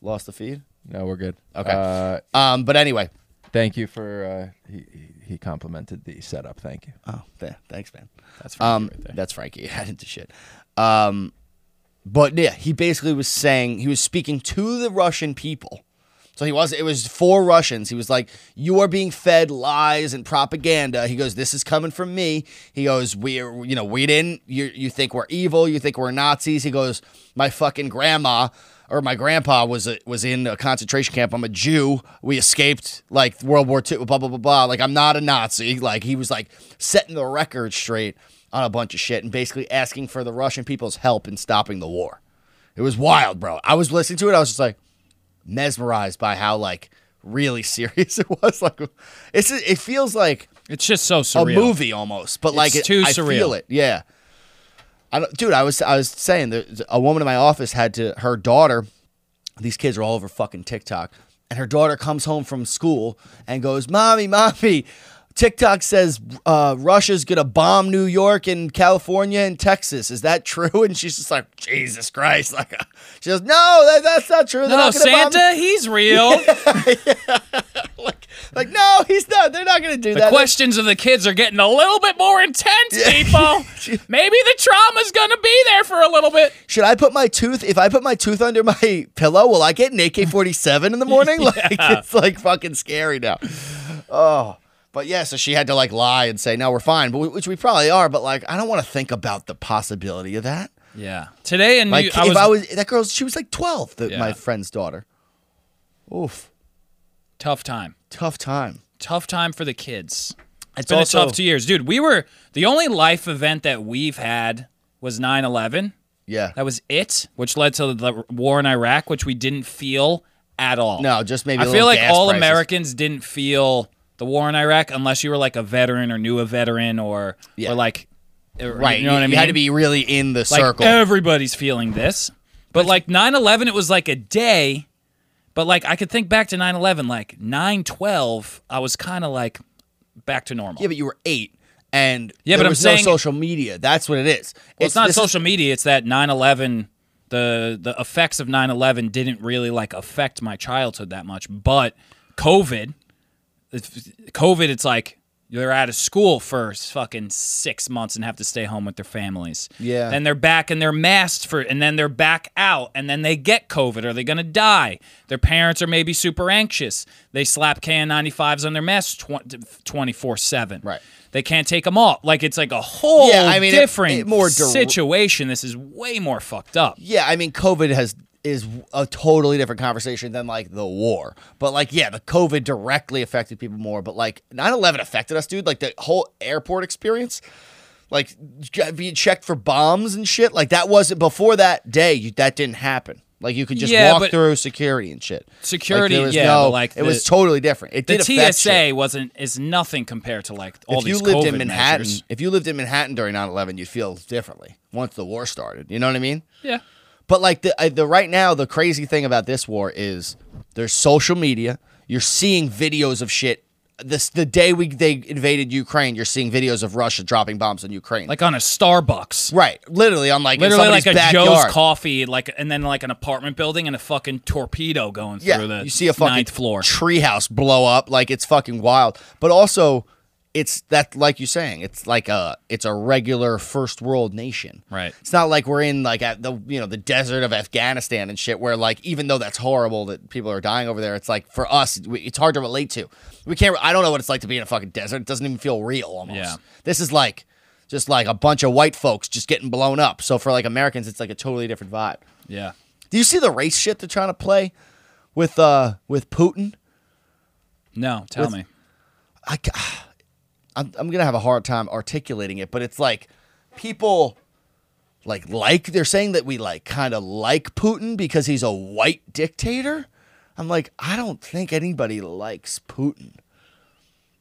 [SPEAKER 1] lost the feed.
[SPEAKER 4] No, we're good.
[SPEAKER 1] Okay.
[SPEAKER 4] Uh,
[SPEAKER 1] Um, but anyway.
[SPEAKER 4] thank you for uh, he he- he complimented the setup. Thank you.
[SPEAKER 1] Oh, th- thanks, man.
[SPEAKER 2] That's Frankie
[SPEAKER 1] Um,
[SPEAKER 2] right there.
[SPEAKER 1] that's Frankie. I didn't do shit. Um, but yeah, he basically was saying he was speaking to the Russian people. So he was. It was for Russians. He was like, "You are being fed lies and propaganda." He goes, "This is coming from me." He goes, "We are, you know, we didn't. You you think we're evil? You think we're Nazis?" He goes, "My fucking grandma." Or my grandpa was a, was in a concentration camp. I'm a Jew. We escaped like World War II. Blah blah blah blah. Like I'm not a Nazi. Like he was like setting the record straight on a bunch of shit and basically asking for the Russian people's help in stopping the war. It was wild, bro. I was listening to it. I was just like, mesmerized by how like really serious it was. Like it's it feels like
[SPEAKER 2] it's just so surreal.
[SPEAKER 1] a movie almost, but like
[SPEAKER 2] It's
[SPEAKER 1] it,
[SPEAKER 2] too
[SPEAKER 1] I feel
[SPEAKER 2] surreal.
[SPEAKER 1] it. Yeah. I don't, dude, I was I was saying that a woman in my office had to her daughter. These kids are all over fucking TikTok, and her daughter comes home from school and goes, "Mommy, mommy." TikTok says uh, Russia's gonna bomb New York and California and Texas. Is that true? And she's just like, Jesus Christ! Like, uh, she goes, "No, that, that's not true. They're
[SPEAKER 2] No,
[SPEAKER 1] not gonna bomb-
[SPEAKER 2] Santa, he's real.
[SPEAKER 1] Like, no, he's not. They're not going to do
[SPEAKER 2] The
[SPEAKER 1] that.
[SPEAKER 2] questions of the kids are getting a little bit more intense, people. Maybe the trauma's gonna be there for a little bit.
[SPEAKER 1] Should I put my tooth? If I put my tooth under my pillow, will I get an AK forty seven in the morning? Like it's like fucking scary now. Oh, but yeah. So she had to like lie and say no, we're fine, but we, which we probably are. But like, I don't want to think about the possibility of that.
[SPEAKER 2] Yeah. Today and
[SPEAKER 1] Like,
[SPEAKER 2] you,
[SPEAKER 1] if
[SPEAKER 2] I was,
[SPEAKER 1] that girl, she was like twelve. The,
[SPEAKER 2] Yeah.
[SPEAKER 1] My friend's daughter. Oof,
[SPEAKER 2] tough time.
[SPEAKER 1] tough time.
[SPEAKER 2] Tough time for the kids.
[SPEAKER 1] It's
[SPEAKER 2] It's been
[SPEAKER 1] also-
[SPEAKER 2] a tough two years, dude. We were the only life event that we've had was 9/11.
[SPEAKER 1] Yeah.
[SPEAKER 2] That was it, which led to the war in Iraq, which we didn't feel at all.
[SPEAKER 1] No, just maybe.
[SPEAKER 2] I
[SPEAKER 1] a
[SPEAKER 2] feel
[SPEAKER 1] little
[SPEAKER 2] like
[SPEAKER 1] gas
[SPEAKER 2] all
[SPEAKER 1] prices.
[SPEAKER 2] Americans didn't feel the war in Iraq unless you were like a veteran or knew a veteran or
[SPEAKER 1] Yeah.
[SPEAKER 2] or like or-
[SPEAKER 1] Right.
[SPEAKER 2] You know what I mean?
[SPEAKER 1] You had to be really in the
[SPEAKER 2] like
[SPEAKER 1] circle.
[SPEAKER 2] everybody's feeling this. But like 9/11 it was like a day, but like I could think back to 9/11 like 9/12 I was kind of like back to normal.
[SPEAKER 1] yeah, but you were eight. And
[SPEAKER 2] Yeah, but
[SPEAKER 1] there
[SPEAKER 2] I'm
[SPEAKER 1] was
[SPEAKER 2] saying-
[SPEAKER 1] no social media. That's what it is.
[SPEAKER 2] Well, it's, not
[SPEAKER 1] this is-
[SPEAKER 2] social media. It's that 9/11, the the effects of 9/11 didn't really like affect my childhood that much. But COVID, if- COVID, it's like they're out of school for fucking six months and have to stay home with their families.
[SPEAKER 1] Yeah.
[SPEAKER 2] Then they're back and they're masked for, and then they're back out, and then they get COVID. Are they gonna die? Their parents are maybe super anxious. They slap KN95s on their masks 24 seven.
[SPEAKER 1] Right.
[SPEAKER 2] They can't take them off. Like it's like a whole
[SPEAKER 1] Yeah, I
[SPEAKER 2] whole
[SPEAKER 1] mean, it-
[SPEAKER 2] different
[SPEAKER 1] it more dir-
[SPEAKER 2] situation. This is way more fucked up.
[SPEAKER 1] Yeah, I mean, COVID has is a totally different conversation than like the war. But like, yeah, the COVID directly affected people more. But like, 9-11 affected us, dude. Like the whole airport experience, like j- being checked for bombs and shit. Like that wasn't before that day. You, that didn't happen. Like you could just
[SPEAKER 2] Yeah,
[SPEAKER 1] walk
[SPEAKER 2] but-
[SPEAKER 1] through security and shit.
[SPEAKER 2] Security,
[SPEAKER 1] like, there was
[SPEAKER 2] yeah,
[SPEAKER 1] no,
[SPEAKER 2] but, like,
[SPEAKER 1] it was
[SPEAKER 2] the-
[SPEAKER 1] totally different. It
[SPEAKER 2] The
[SPEAKER 1] did affect shit.
[SPEAKER 2] TSA wasn't is nothing compared to like all
[SPEAKER 1] if you
[SPEAKER 2] these
[SPEAKER 1] lived
[SPEAKER 2] COVID
[SPEAKER 1] in Manhattan,
[SPEAKER 2] measures.
[SPEAKER 1] if you lived in Manhattan during 9/11, you'd feel differently once the war started. You know what I mean?
[SPEAKER 2] Yeah.
[SPEAKER 1] But like the I- the right now, the crazy thing about this war is there's social media. You're seeing videos of shit. This the day we they invaded Ukraine. You're seeing videos of Russia dropping bombs on Ukraine.
[SPEAKER 2] Like on a Starbucks.
[SPEAKER 1] right, literally on like in
[SPEAKER 2] Literally like
[SPEAKER 1] somebody's
[SPEAKER 2] a
[SPEAKER 1] backyard.
[SPEAKER 2] Joe's coffee, like and then like an apartment building and a fucking torpedo going
[SPEAKER 1] yeah,
[SPEAKER 2] through the
[SPEAKER 1] you see a fucking
[SPEAKER 2] ninth floor.
[SPEAKER 1] treehouse blow up. Like it's fucking wild. But also, it's that like you saying it's like a it's a regular first world nation.
[SPEAKER 2] Right.
[SPEAKER 1] It's not like we're in like at the you know the desert of Afghanistan and shit, where like even though that's horrible that people are dying over there, it's like for us we, it's hard to relate to. We can't. I don't know what it's like to be in a fucking desert. It doesn't even feel real almost.
[SPEAKER 2] Yeah.
[SPEAKER 1] This is like just like a bunch of white folks just getting blown up. So for like Americans, it's like a totally different vibe.
[SPEAKER 2] yeah.
[SPEAKER 1] Do you see the race shit they're trying to play with uh with Putin?
[SPEAKER 2] No, tell
[SPEAKER 1] With-
[SPEAKER 2] me.
[SPEAKER 1] I, ca- I'm, I'm gonna have a hard time articulating it, but it's like people like like they're saying that we like kind of like Putin because he's a white dictator. I'm like, I don't think anybody likes Putin.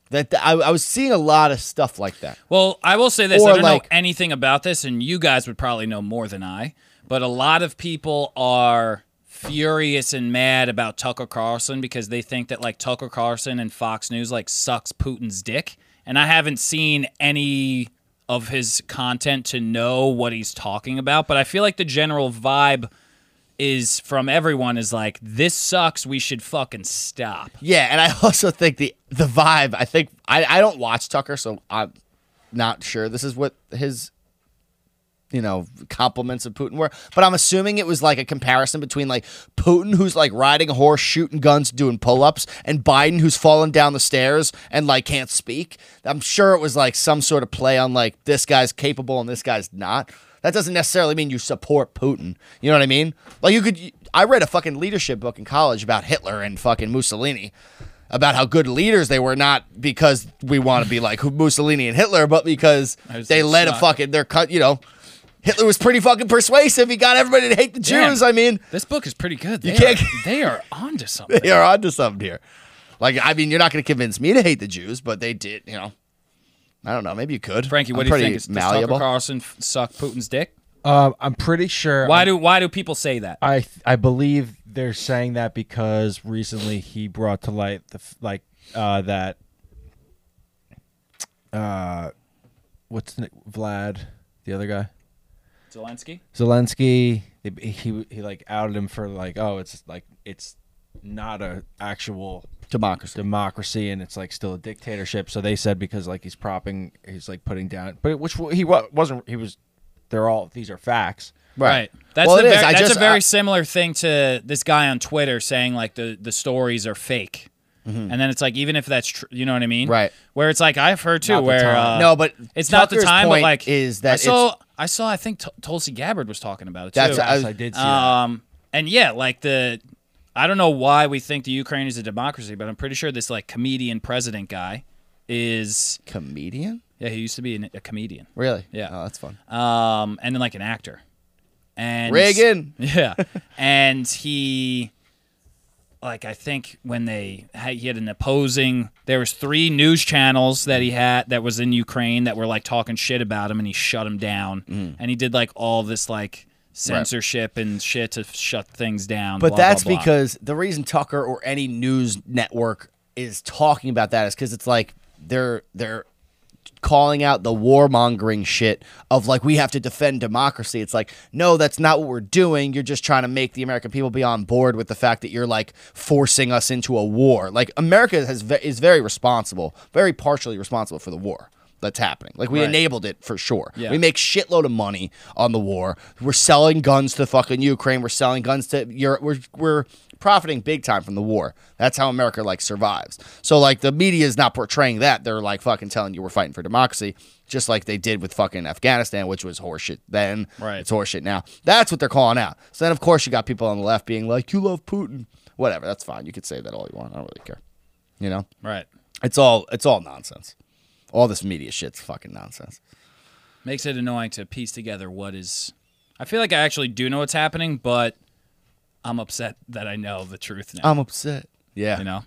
[SPEAKER 1] That I, I was seeing a lot of stuff like that.
[SPEAKER 2] Well, I will say this:
[SPEAKER 1] Or,
[SPEAKER 2] I don't
[SPEAKER 1] like-
[SPEAKER 2] know anything about this, and you guys would probably know more than I. But a lot of people are furious and mad about Tucker Carlson because they think that like Tucker Carlson and Fox News like sucks Putin's dick, and I haven't seen any of his content to know what he's talking about. But I feel like the general vibe is from everyone is like this sucks. We should fucking stop.
[SPEAKER 1] Yeah, and I also think the the vibe. I think I, I don't watch Tucker, so I'm not sure this is what his you know compliments of Putin were. But I'm assuming it was like a comparison between like Putin, who's like riding a horse, shooting guns, doing pull ups, and Biden, who's falling down the stairs and like can't speak. I'm sure it was like some sort of play on like this guy's capable and this guy's not. That doesn't necessarily mean you support Putin. You know what I mean? Like you could. I read a fucking leadership book in college about Hitler and fucking Mussolini. About how good leaders they were, not because we want to be like Mussolini and Hitler, but because
[SPEAKER 2] I was
[SPEAKER 1] they
[SPEAKER 2] like,
[SPEAKER 1] led a
[SPEAKER 2] shocked.
[SPEAKER 1] fucking their cut. You know, Hitler was pretty fucking persuasive. He got everybody to hate the
[SPEAKER 2] Damn.
[SPEAKER 1] Jews. I mean,
[SPEAKER 2] This book is pretty good. They,
[SPEAKER 1] can't-
[SPEAKER 2] are, they are onto something.
[SPEAKER 1] you're onto something here. Like, I mean, you're not going to convince me to hate the Jews, but they did. You know, I don't know. Maybe you could.
[SPEAKER 2] Frankie,
[SPEAKER 1] I'm
[SPEAKER 2] what do you
[SPEAKER 1] pretty
[SPEAKER 2] think? Is, does Tucker
[SPEAKER 1] malleable.
[SPEAKER 2] Carlson f- suck Putin's dick?
[SPEAKER 4] Um, I'm pretty sure.
[SPEAKER 2] Why do why do people say that?
[SPEAKER 4] I th- I believe they're saying that because recently he brought to light the f- like uh, that uh, what's the, na- Vlad the other guy
[SPEAKER 2] Zelensky?
[SPEAKER 4] Zelensky they- he he like outed him for like oh it's like it's not a actual
[SPEAKER 1] democracy.
[SPEAKER 4] democracy and it's like still a dictatorship. So they said because like he's propping, he's like putting down, but which he wa- wasn't. He was. They're all these are facts.
[SPEAKER 2] Right. That's,
[SPEAKER 1] well, it
[SPEAKER 2] the
[SPEAKER 1] is.
[SPEAKER 2] ver-
[SPEAKER 1] I
[SPEAKER 2] that's
[SPEAKER 1] just-
[SPEAKER 2] a very
[SPEAKER 1] I-
[SPEAKER 2] similar thing to this guy on Twitter saying like the, the stories are fake. And then it's like even if that's true, you know what I mean?
[SPEAKER 1] Mm-hmm. Right.
[SPEAKER 2] Where it's like I've heard too,
[SPEAKER 4] Not the
[SPEAKER 2] where
[SPEAKER 4] time.
[SPEAKER 2] uh,
[SPEAKER 1] No, but
[SPEAKER 2] it's not the
[SPEAKER 1] Tucker's
[SPEAKER 2] time, but
[SPEAKER 1] point
[SPEAKER 2] like
[SPEAKER 1] is
[SPEAKER 2] I
[SPEAKER 1] that
[SPEAKER 2] saw
[SPEAKER 1] it's-
[SPEAKER 2] I saw I think T- Tulsi Gabbard was talking about it too.
[SPEAKER 1] That's- I-
[SPEAKER 4] Yes, I did see that.
[SPEAKER 2] Um, and yeah, like the, I don't know why we think the Ukraine is a democracy, but I'm pretty sure this like comedian president guy is
[SPEAKER 1] comedian.
[SPEAKER 2] yeah he used to be an, a comedian,
[SPEAKER 1] Really?
[SPEAKER 2] Yeah.
[SPEAKER 1] Oh, that's fun.
[SPEAKER 2] um, and then like an actor, and
[SPEAKER 1] Reagan.
[SPEAKER 2] yeah, and he. Like I think when they had, he had an opposing, there was three news channels that he had that was in Ukraine that were like talking shit about him, and he shut him down.
[SPEAKER 1] Mm-hmm.
[SPEAKER 2] And he did like all this like censorship and shit to shut things down.
[SPEAKER 1] But
[SPEAKER 2] blah, blah,
[SPEAKER 1] that's
[SPEAKER 2] blah.
[SPEAKER 1] because the reason Tucker or any news network is talking about that is because it's like they're they're calling out the warmongering shit of like we have to defend democracy. It's like, no, that's not what we're doing. You're just trying to make the American people be on board with the fact that you're like forcing us into a war. Like America has ve- is very responsible, very partially responsible for the war that's happening. Like we
[SPEAKER 2] Right.
[SPEAKER 1] enabled it for sure.
[SPEAKER 2] Yeah.
[SPEAKER 1] We make shitload of money on the war. We're selling guns to fucking Ukraine. We're selling guns to Europe. We're we're profiting big time from the war. That's how America like survives. So like the media is not portraying that. They're like fucking telling you we're fighting for democracy, just like they did with fucking Afghanistan, which was horseshit then.
[SPEAKER 2] Right.
[SPEAKER 1] It's horseshit now. That's what they're calling out. So then of course you got people on the left being like, You love Putin. Whatever, that's fine. You could say that all you want. I don't really care. You know?
[SPEAKER 2] right
[SPEAKER 1] It's all it's all nonsense. All this media shit's fucking nonsense.
[SPEAKER 2] makes it annoying to piece together what is. I feel like I actually do know what's happening, but I'm upset that I know the truth now.
[SPEAKER 1] I'm upset. Yeah.
[SPEAKER 2] you know,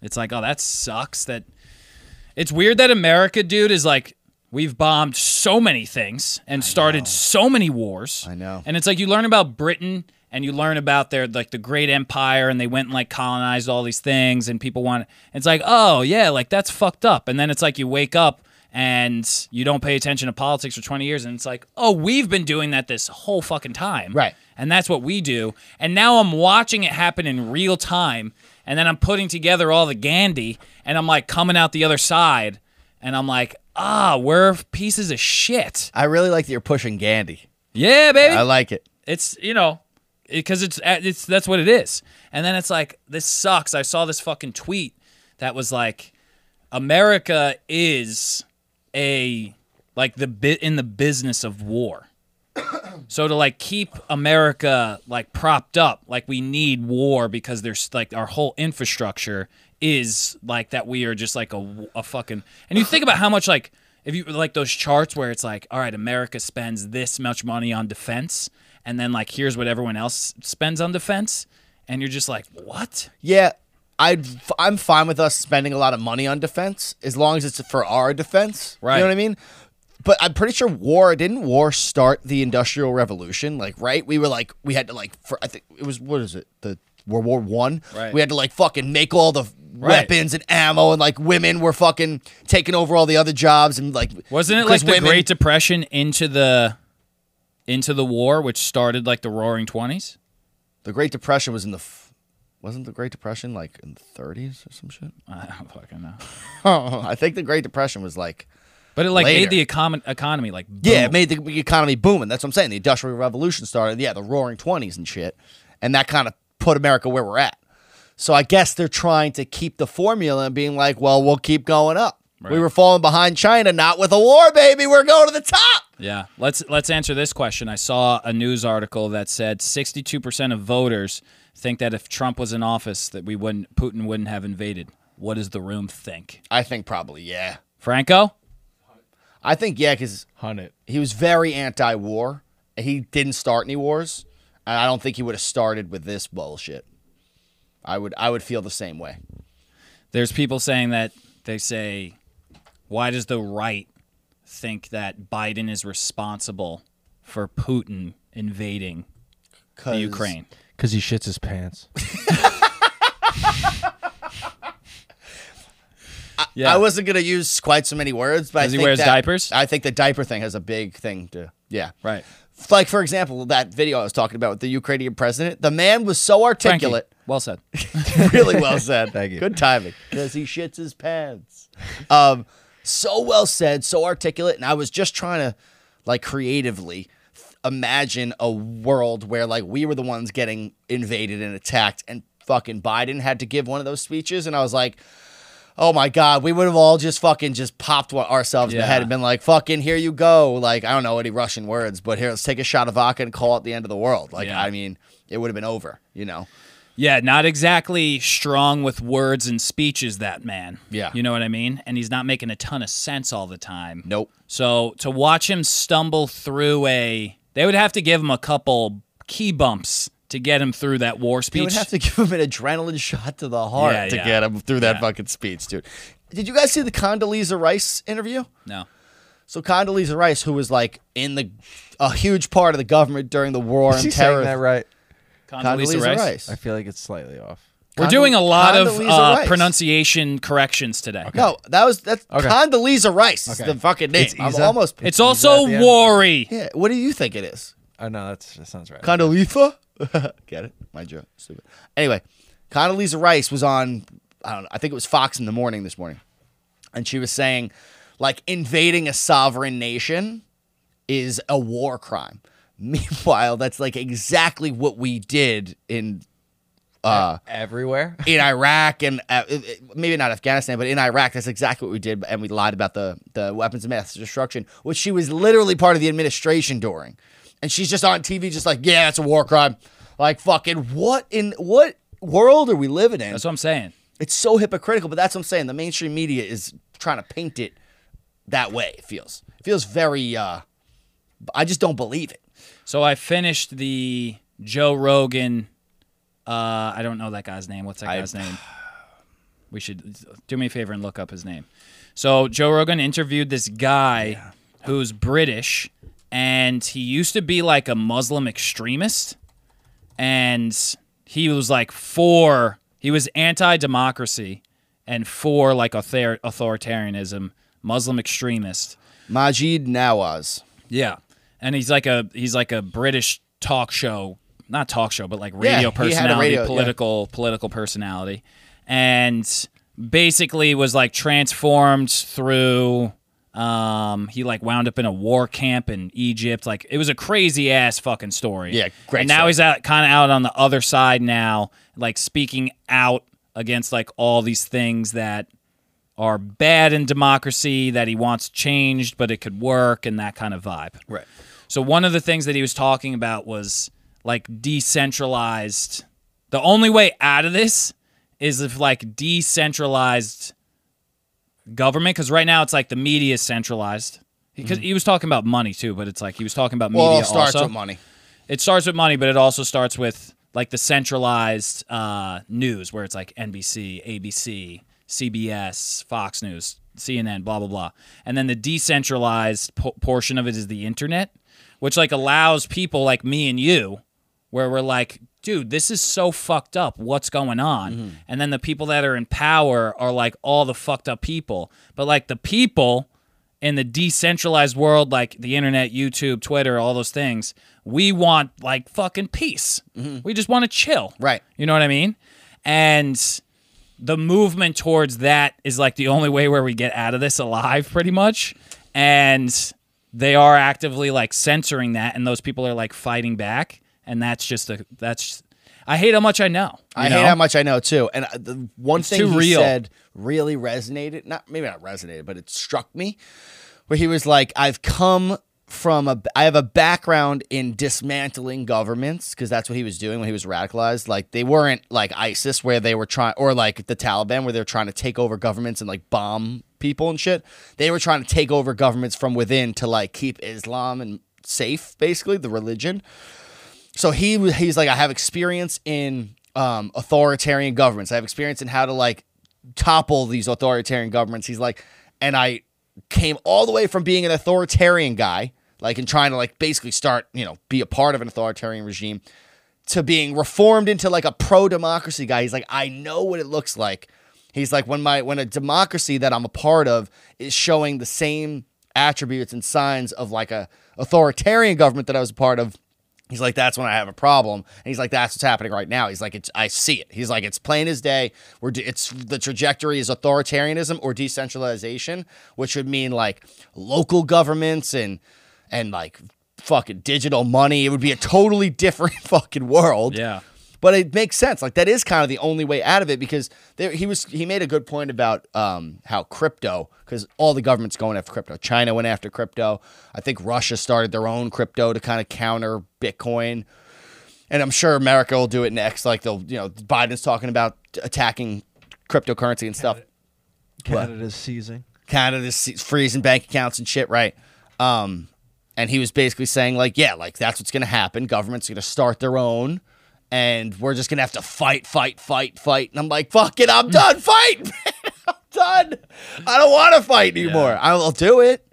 [SPEAKER 2] it's like, oh, that sucks. That it's weird that America, dude, is like. We've bombed so many things and started so many wars.
[SPEAKER 1] I know.
[SPEAKER 2] And it's like you learn about Britain and you learn about their like the great empire and they went and like colonized all these things and people want it's like, "Oh, yeah, like that's fucked up." And then it's like you wake up and you don't pay attention to politics for 20 years and it's like, "Oh, we've been doing that this whole fucking time."
[SPEAKER 1] Right.
[SPEAKER 2] And that's what we do. And now I'm watching it happen in real time and then I'm putting together all the Gandhi and I'm like coming out the other side and I'm like, "Ah, we're pieces of shit."
[SPEAKER 1] I really like that you're pushing Gandhi.
[SPEAKER 2] Yeah, baby.
[SPEAKER 1] I like it.
[SPEAKER 2] It's you know, because it's it's that's what it is. And then it's like this sucks. I saw this fucking tweet that was like, America is a like the bit in the business of war. So to like keep America like propped up, like we need war because there's like our whole infrastructure is like that we are just like a, a fucking and you think about how much like if you like those charts where it's like all right America spends this much money on defense and then like here's what everyone else spends on defense and you're just like what
[SPEAKER 1] Yeah, I'd, f- I'm fine with us spending a lot of money on defense as long as it's for our defense.
[SPEAKER 2] Right.
[SPEAKER 1] You know what I mean? But I'm pretty sure war didn't war start the Industrial Revolution. Like, right? We were like we had to like for I think it was what is it the World War One.
[SPEAKER 2] Right.
[SPEAKER 1] We had to like fucking make all the
[SPEAKER 2] Right.
[SPEAKER 1] weapons and ammo and like women were fucking taking over all the other jobs and like
[SPEAKER 2] wasn't it like
[SPEAKER 1] 'cause
[SPEAKER 2] the
[SPEAKER 1] women-
[SPEAKER 2] Great Depression into the into the war which started like the Roaring Twenties
[SPEAKER 1] the Great Depression was in the f- wasn't the Great Depression like in the 30s or some shit?
[SPEAKER 2] I don't fucking know.
[SPEAKER 1] I think the Great Depression was like
[SPEAKER 2] But it like
[SPEAKER 1] Later.
[SPEAKER 2] made the econ- economy like boom.
[SPEAKER 1] Yeah, it made the economy booming. That's what I'm saying. The Industrial Revolution started, yeah, the Roaring Twenties and shit, and that kind of put America where we're at. So I guess they're trying to keep the formula and being like, well, we'll keep going up. We
[SPEAKER 2] Right.
[SPEAKER 1] were falling behind China, not with a war, baby. We're going to the top.
[SPEAKER 2] yeah. Let's let's answer this question. I saw a news article that said 62% of voters think that if Trump was in office that we wouldn't Putin wouldn't have invaded. What does the room think?
[SPEAKER 1] I think probably, yeah.
[SPEAKER 2] Franco?
[SPEAKER 1] I think yeah, because
[SPEAKER 4] Hunt it.
[SPEAKER 1] he was very anti-war. He didn't start any wars, and I don't think he would have started with this bullshit. I would, I would feel the same way.
[SPEAKER 2] There's people saying that they say why does the right think that Biden is responsible for Putin invading the
[SPEAKER 1] 'Cause-
[SPEAKER 2] Ukraine?
[SPEAKER 4] Because he shits his pants.
[SPEAKER 2] Yeah.
[SPEAKER 1] I wasn't gonna use quite so many words, but I
[SPEAKER 2] 'Cause he
[SPEAKER 1] think
[SPEAKER 2] wears
[SPEAKER 1] that-
[SPEAKER 2] diapers?
[SPEAKER 1] I think the diaper thing has a big thing to yeah.
[SPEAKER 2] right.
[SPEAKER 1] like for example, that video I was talking about with the Ukrainian president. The man was so
[SPEAKER 2] Frankie,
[SPEAKER 1] articulate.
[SPEAKER 2] Well said.
[SPEAKER 1] really well said.
[SPEAKER 4] Thank you.
[SPEAKER 1] Good timing. Because he shits his pants. Um, so well said, so articulate. And I was just trying to, like, creatively f- imagine a world where, like, we were the ones getting invaded and attacked, and fucking Biden had to give one of those speeches. And I was like, Oh my God, we would have all just fucking just popped one- ourselves in the
[SPEAKER 2] Yeah.
[SPEAKER 1] head and been like, fucking, here you go. Like, I don't know any Russian words, but here, let's take a shot of vodka and call it the end of the world. Like,
[SPEAKER 2] Yeah.
[SPEAKER 1] I mean, it would have been over, you know?
[SPEAKER 2] Yeah, not exactly strong with words and speeches, that man.
[SPEAKER 1] Yeah.
[SPEAKER 2] You know what I mean? And he's not making a ton of sense all the time.
[SPEAKER 1] Nope.
[SPEAKER 2] So to watch him stumble through a. They would have to give him a couple key bumps to get him through that war speech.
[SPEAKER 1] You would have to give him an adrenaline shot to the heart
[SPEAKER 2] Yeah,
[SPEAKER 1] to
[SPEAKER 2] yeah.
[SPEAKER 1] get him through that
[SPEAKER 2] Yeah.
[SPEAKER 1] fucking speech, dude. Did you guys see the Condoleezza Rice interview?
[SPEAKER 2] no.
[SPEAKER 1] So Condoleezza Rice, who was like in the a huge part of the government during the war
[SPEAKER 4] Is he
[SPEAKER 1] and
[SPEAKER 4] saying
[SPEAKER 1] terror,
[SPEAKER 4] that right?
[SPEAKER 2] Condoleezza, Rice.
[SPEAKER 4] I feel like it's slightly off.
[SPEAKER 2] We're
[SPEAKER 1] Condole-
[SPEAKER 2] doing a lot of
[SPEAKER 1] Condoleezza
[SPEAKER 2] uh,
[SPEAKER 1] Rice.
[SPEAKER 2] pronunciation corrections today.
[SPEAKER 1] No, that was that's
[SPEAKER 4] Okay.
[SPEAKER 1] Condoleezza Rice. is
[SPEAKER 4] Okay.
[SPEAKER 1] the fucking name.
[SPEAKER 4] It's
[SPEAKER 1] I'm
[SPEAKER 4] Isa.
[SPEAKER 1] almost.
[SPEAKER 2] It's also
[SPEAKER 4] the end?
[SPEAKER 2] Worry.
[SPEAKER 1] yeah. What do you think it is?
[SPEAKER 4] Oh no, that's, that sounds right.
[SPEAKER 1] Condoleezza? Get it? My joke. Stupid. Anyway, Condoleezza Rice was on, I don't know, I think it was Fox in the morning this morning. And she was saying, like, invading a sovereign nation is a war crime. Meanwhile, that's like exactly what we did in
[SPEAKER 4] Everywhere.
[SPEAKER 1] in Iraq and uh, it- it- maybe not Afghanistan, but in Iraq, that's exactly what we did. And we lied about the, the weapons of mass destruction, which she was literally part of the administration during. And she's just on TV, just like, yeah, it's a war crime. Like, fucking, what in what world are we living in?
[SPEAKER 2] That's what I'm saying.
[SPEAKER 1] It's so hypocritical, but that's what I'm saying. The mainstream media is trying to paint it that way, it feels. It feels very, uh, I just don't believe it.
[SPEAKER 2] So I finished the Joe Rogan. Uh, I don't know that guy's name. What's that guy's name? We should do me a favor and look up his name. So Joe Rogan interviewed this guy who's British, and he used to be like a Muslim extremist, and he was like for he was anti-democracy and for like author- authoritarianism, Muslim extremist.
[SPEAKER 1] Majid Nawaz.
[SPEAKER 2] Yeah, and he's like a he's like a British talk show, not talk show, but like radio
[SPEAKER 1] he had a
[SPEAKER 2] personality,
[SPEAKER 1] radio, yeah.
[SPEAKER 2] political political personality, and basically was like transformed through. Um, he like wound up in a war camp in Egypt. Like it was a crazy ass fucking story.
[SPEAKER 1] Yeah, great
[SPEAKER 2] And now
[SPEAKER 1] story.
[SPEAKER 2] he's out kind of out on the other side now, like speaking out against like all these things that are bad in democracy that he wants changed, but it could work and that kind of vibe.
[SPEAKER 1] Right.
[SPEAKER 2] So one of the things that he was talking about was like decentralized. The only way out of this is if like decentralized government, because right now it's like the media is centralized. Because he was talking about money too, but it's like he was talking about media
[SPEAKER 1] Mm. Well, it starts
[SPEAKER 2] also
[SPEAKER 1] with money.
[SPEAKER 2] it starts with money, but it also starts with like the centralized uh, news where it's like NBC, ABC, CBS, Fox News, CNN, blah blah blah, and then the decentralized po- portion of it is the internet, which like allows people like me and you, where we're like, dude, this is so fucked up. What's going on? And then the people that are in power are like all the fucked up people, but like the people in the decentralized world like the internet, YouTube, Twitter, all those things, we want like fucking peace. We just want to chill.
[SPEAKER 1] Mm-hmm. Right.
[SPEAKER 2] You know what I mean? And the movement towards that is like the only way where we get out of this alive pretty much. And they are actively like censoring that and those people are like fighting back and that's just a that's I hate how much I know. you
[SPEAKER 1] I
[SPEAKER 2] know?
[SPEAKER 1] hate how much I know too. And uh, the one thing
[SPEAKER 2] too
[SPEAKER 1] he
[SPEAKER 2] real.
[SPEAKER 1] said really resonated. Not maybe not resonated, but it struck me. Where he was like, "I've come from a. I have a background in dismantling governments because that's what he was doing when he was radicalized. Like they weren't like ISIS where they were trying, or like the Taliban where they're trying to take over governments and like bomb people and shit. They were trying to take over governments from within to like keep Islam and safe, basically the religion." so he was he's like I have experience in um, authoritarian governments. I have experience in how to like topple these authoritarian governments. He's like, and I came all the way from being an authoritarian guy, like and trying to like basically start you know be a part of an authoritarian regime, to being reformed into like a pro democracy guy. He's like, I know what it looks like. He's like when my when a democracy that I'm a part of is showing the same attributes and signs of like a authoritarian government that I was a part of. He's like, that's when I have a problem, and he's like, that's what's happening right now. He's like, it's, I see it. He's like, it's plain as day. We're d- it's the trajectory is authoritarianism or decentralization, which would mean like local governments and and like fucking digital money. It would be a totally different fucking world.
[SPEAKER 2] Yeah.
[SPEAKER 1] But it makes sense. Like that is kind of the only way out of it because there, he was he made a good point about um, how crypto because all the government's going after crypto. China went after crypto. I think Russia started their own crypto to kind of counter Bitcoin, and I'm sure America will do it next. Like they'll you know Biden's talking about attacking cryptocurrency and stuff.
[SPEAKER 4] Canada's seizing.
[SPEAKER 1] Canada's freezing bank accounts and shit, right? Um, and he was basically saying like, yeah, like that's what's gonna happen. Government's gonna start their own, and we're just gonna have to fight, fight, fight, fight. And I'm like, fuck it, I'm done fighting. man. I'm done. I don't want to fight anymore. I'll do it,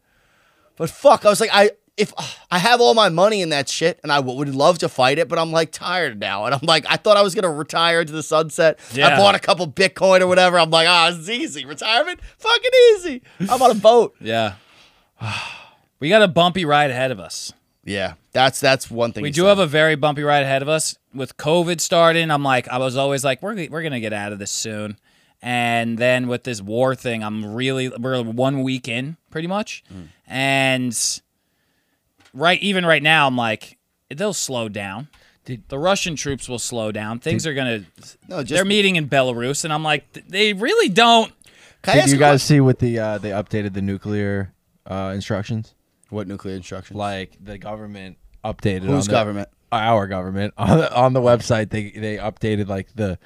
[SPEAKER 1] but fuck, I was like, I if I have all my money in that shit, and I w- would love to fight it, but I'm like tired now, and I'm like, I thought I was gonna retire to the sunset. I
[SPEAKER 2] Yeah.
[SPEAKER 1] bought a couple Bitcoin or whatever. I'm like, ah, it's easy. Retirement, fucking easy. I'm on a boat.
[SPEAKER 2] Yeah. We got a bumpy ride ahead of us.
[SPEAKER 1] Yeah, that's that's one thing.
[SPEAKER 2] We do have a very bumpy ride ahead of us. With COVID starting, I'm like, I was always like, we're, we're going to get out of this soon. And then with this war thing, I'm really, we're one week in pretty much.
[SPEAKER 1] Mm.
[SPEAKER 2] And right, even right now, I'm like, they'll slow down.
[SPEAKER 4] Did-
[SPEAKER 2] the Russian troops will slow down. Things are going to,
[SPEAKER 1] No, just-
[SPEAKER 2] they're meeting in Belarus. And I'm like, th- they really don't.
[SPEAKER 1] Can I
[SPEAKER 4] Did
[SPEAKER 1] ask
[SPEAKER 4] you
[SPEAKER 1] a que-
[SPEAKER 4] guys see what the uh, they updated the nuclear uh, instructions?
[SPEAKER 1] what nuclear instruction?
[SPEAKER 4] Like the government updated
[SPEAKER 1] Whose
[SPEAKER 4] on the-
[SPEAKER 1] government?
[SPEAKER 4] our government on the, on the website they they updated like the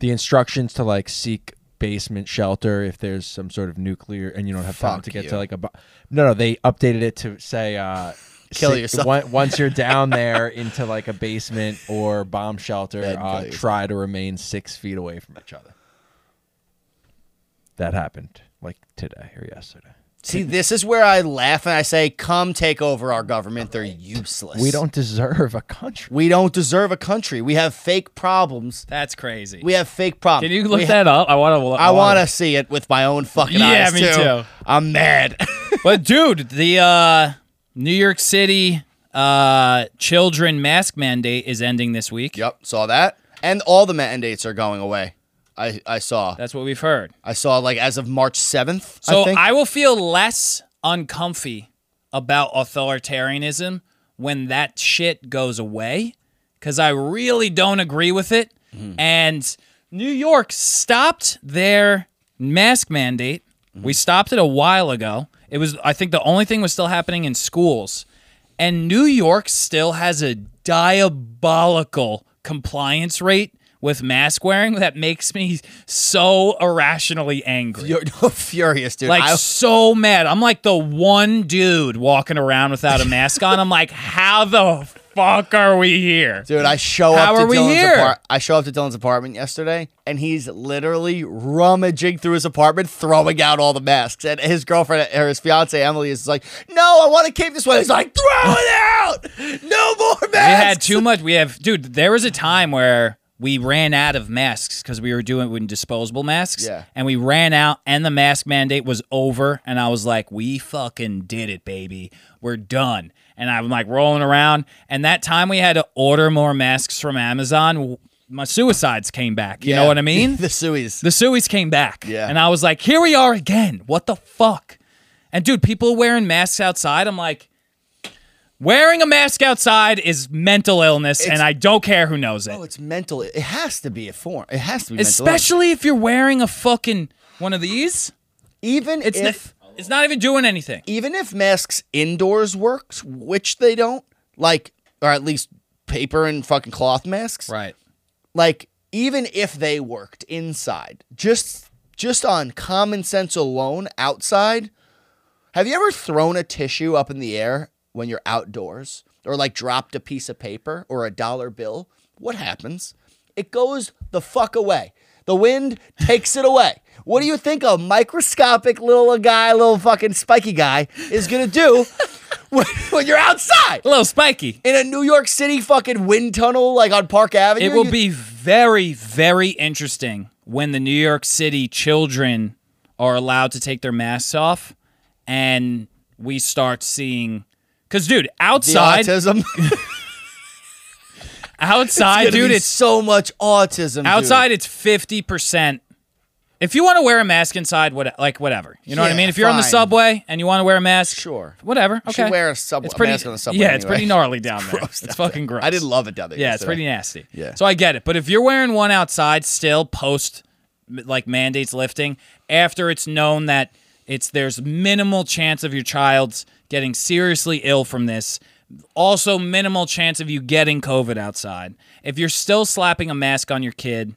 [SPEAKER 4] the instructions to like seek basement shelter if there's some sort of nuclear and you don't have time
[SPEAKER 1] Fuck
[SPEAKER 4] to get
[SPEAKER 1] you.
[SPEAKER 4] to like a bu- no no they updated it to say uh
[SPEAKER 1] Kill
[SPEAKER 4] si-
[SPEAKER 1] yourself.
[SPEAKER 4] on- once you're down there into like a basement or bomb shelter
[SPEAKER 1] Then kill
[SPEAKER 4] uh,
[SPEAKER 1] yourself.
[SPEAKER 4] try to remain six feet away from each other that happened like today or yesterday
[SPEAKER 1] See, this is where I laugh and I say, "Come take over our government. They're useless.
[SPEAKER 4] we don't deserve a country
[SPEAKER 1] We don't deserve a country. We have fake problems.
[SPEAKER 2] That's crazy.
[SPEAKER 1] We have fake problems.
[SPEAKER 2] Can you look
[SPEAKER 1] We ha-
[SPEAKER 2] that up? I want to.
[SPEAKER 1] I want to see it with my own fucking
[SPEAKER 2] Yeah,
[SPEAKER 1] eyes
[SPEAKER 2] me
[SPEAKER 1] too.
[SPEAKER 2] too.
[SPEAKER 1] I'm mad.
[SPEAKER 2] But dude, the uh, New York City uh, children mask mandate is ending this week.
[SPEAKER 1] yep, saw that. And all the mandates are going away. I I saw.
[SPEAKER 2] That's what we've heard.
[SPEAKER 1] I saw like as of March 7th.
[SPEAKER 2] So
[SPEAKER 1] I, think.
[SPEAKER 2] I, will feel less uncomfy about authoritarianism when that shit goes away because I really don't agree with it.
[SPEAKER 1] Mm-hmm.
[SPEAKER 2] And New York stopped their mask mandate.
[SPEAKER 1] Mm-hmm.
[SPEAKER 2] We stopped it a while ago. It was, I think, the only thing was still happening in schools. And New York still has a diabolical compliance rate with mask wearing that makes me so irrationally angry
[SPEAKER 1] You're furious, dude.
[SPEAKER 2] like
[SPEAKER 1] I,
[SPEAKER 2] so mad. I'm like the one dude walking around without a mask on. I'm like, how the fuck are we here?
[SPEAKER 1] Dude, I show
[SPEAKER 2] How
[SPEAKER 1] up to
[SPEAKER 2] are we
[SPEAKER 1] Dylan's
[SPEAKER 2] here?
[SPEAKER 1] apart- I show up to Dylan's apartment yesterday, and he's literally rummaging through his apartment, throwing out all the masks. And his girlfriend or his fiance Emily is like, "No, I want to keep this one." He's like, "Throw it out! No more masks."
[SPEAKER 2] We had too much. We have, dude. There was a time where we ran out of masks because we were doing with disposable masks.
[SPEAKER 1] Yeah.
[SPEAKER 2] And we ran out, and the mask mandate was over. And I was like, we fucking did it, baby. We're done. And I'm like rolling around. And that time we had to order more masks from Amazon. My suicides came back. You know
[SPEAKER 1] Yeah.
[SPEAKER 2] what I mean?
[SPEAKER 1] the Sueys.
[SPEAKER 2] The Sueys came back.
[SPEAKER 1] Yeah.
[SPEAKER 2] And I was like, here we are again. What the fuck? And dude, people wearing masks outside. I'm like, wearing a mask outside is mental illness, and I don't care who knows it.
[SPEAKER 1] oh, it's mental. It has to be a form. It has to be mental.
[SPEAKER 2] Especially if you're wearing a fucking one of these.
[SPEAKER 1] even
[SPEAKER 2] It's n-
[SPEAKER 1] if
[SPEAKER 2] it's not even doing anything.
[SPEAKER 1] even if masks indoors worked, which they don't, like or at least paper and fucking cloth masks,
[SPEAKER 2] Right.
[SPEAKER 1] like even if they worked inside just just on common sense alone outside have you ever thrown a tissue up in the air when you're outdoors or like dropped a piece of paper or a dollar bill what happens it goes the fuck away the wind takes it away what do you think a microscopic little guy little fucking spiky guy is gonna do when, when you're outside
[SPEAKER 2] A little spiky.
[SPEAKER 1] in a new york city fucking wind tunnel like on park avenue
[SPEAKER 2] It will
[SPEAKER 1] You-
[SPEAKER 2] be very, very interesting when the New York City children are allowed to take their masks off and we start seeing. Because, dude,
[SPEAKER 1] The
[SPEAKER 2] outside,
[SPEAKER 1] autism.
[SPEAKER 2] outside,
[SPEAKER 1] Gonna
[SPEAKER 2] dude,
[SPEAKER 1] be
[SPEAKER 2] it's
[SPEAKER 1] so much autism. dude.
[SPEAKER 2] outside. It's fifty percent. If you want to wear a mask inside, what like whatever, you know what I
[SPEAKER 1] Yeah,
[SPEAKER 2] mean. If you're on the
[SPEAKER 1] fine.
[SPEAKER 2] subway and you want to wear a mask,
[SPEAKER 1] Sure.
[SPEAKER 2] whatever.
[SPEAKER 1] You should
[SPEAKER 2] Okay,
[SPEAKER 1] wear a sub-
[SPEAKER 2] It's
[SPEAKER 1] a
[SPEAKER 2] pretty,
[SPEAKER 1] mask on the subway
[SPEAKER 2] Yeah, it's pretty
[SPEAKER 1] anyway.
[SPEAKER 2] gnarly down there.
[SPEAKER 1] gross
[SPEAKER 2] it's
[SPEAKER 1] down
[SPEAKER 2] fucking gross.
[SPEAKER 1] I didn't love it down there.
[SPEAKER 2] Yeah, it's
[SPEAKER 1] yesterday.
[SPEAKER 2] pretty nasty.
[SPEAKER 1] Yeah.
[SPEAKER 2] So I get it. But if you're wearing one outside still post m- like mandates lifting after it's known that it's there's minimal chance of your child's getting seriously ill from this, also minimal chance of you getting COVID outside. If you're still slapping a mask on your kid,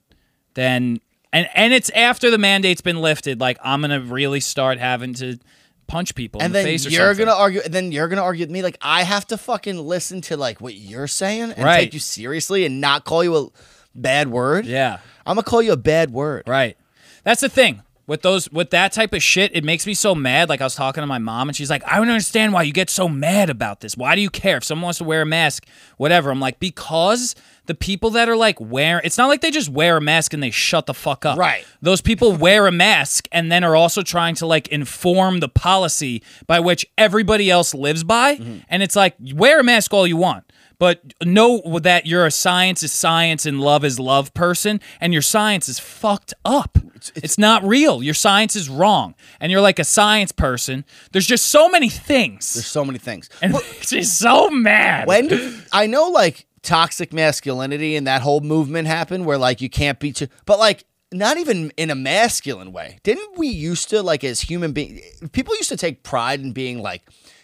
[SPEAKER 2] then and and it's after the mandate's been lifted, like I'm going to really start having to punch people in
[SPEAKER 1] And
[SPEAKER 2] the
[SPEAKER 1] then
[SPEAKER 2] face or
[SPEAKER 1] you're
[SPEAKER 2] something.
[SPEAKER 1] gonna argue. And then you're gonna argue with me like I have to fucking listen to like what you're saying and
[SPEAKER 2] Right.
[SPEAKER 1] take you seriously and not call you a bad word.
[SPEAKER 2] Yeah.
[SPEAKER 1] I'm gonna call you a bad word.
[SPEAKER 2] Right. That's the thing. With those with that type of shit, it makes me so mad. Like I was talking to my mom and she's like, I don't understand why you get so mad about this. Why do you care? If someone wants to wear a mask, whatever. I'm like, because the people that are like wear it's not like they just wear a mask and they shut the fuck up.
[SPEAKER 1] Right.
[SPEAKER 2] Those people wear a mask and then are also trying to like inform the policy by which everybody else lives by. And it's like, wear a mask all you want. But know that you're a science is science and love is love person, and your science is fucked up. It's, not real. Your science is wrong, and you're like a science person. There's just so many
[SPEAKER 1] There's
[SPEAKER 2] things,
[SPEAKER 1] so many things.
[SPEAKER 2] and she's so mad.
[SPEAKER 1] when I know like toxic masculinity and that whole movement happened where like you can't beat you, but like not even in a masculine way. Didn't we used to like as human beings, people used to take pride in being like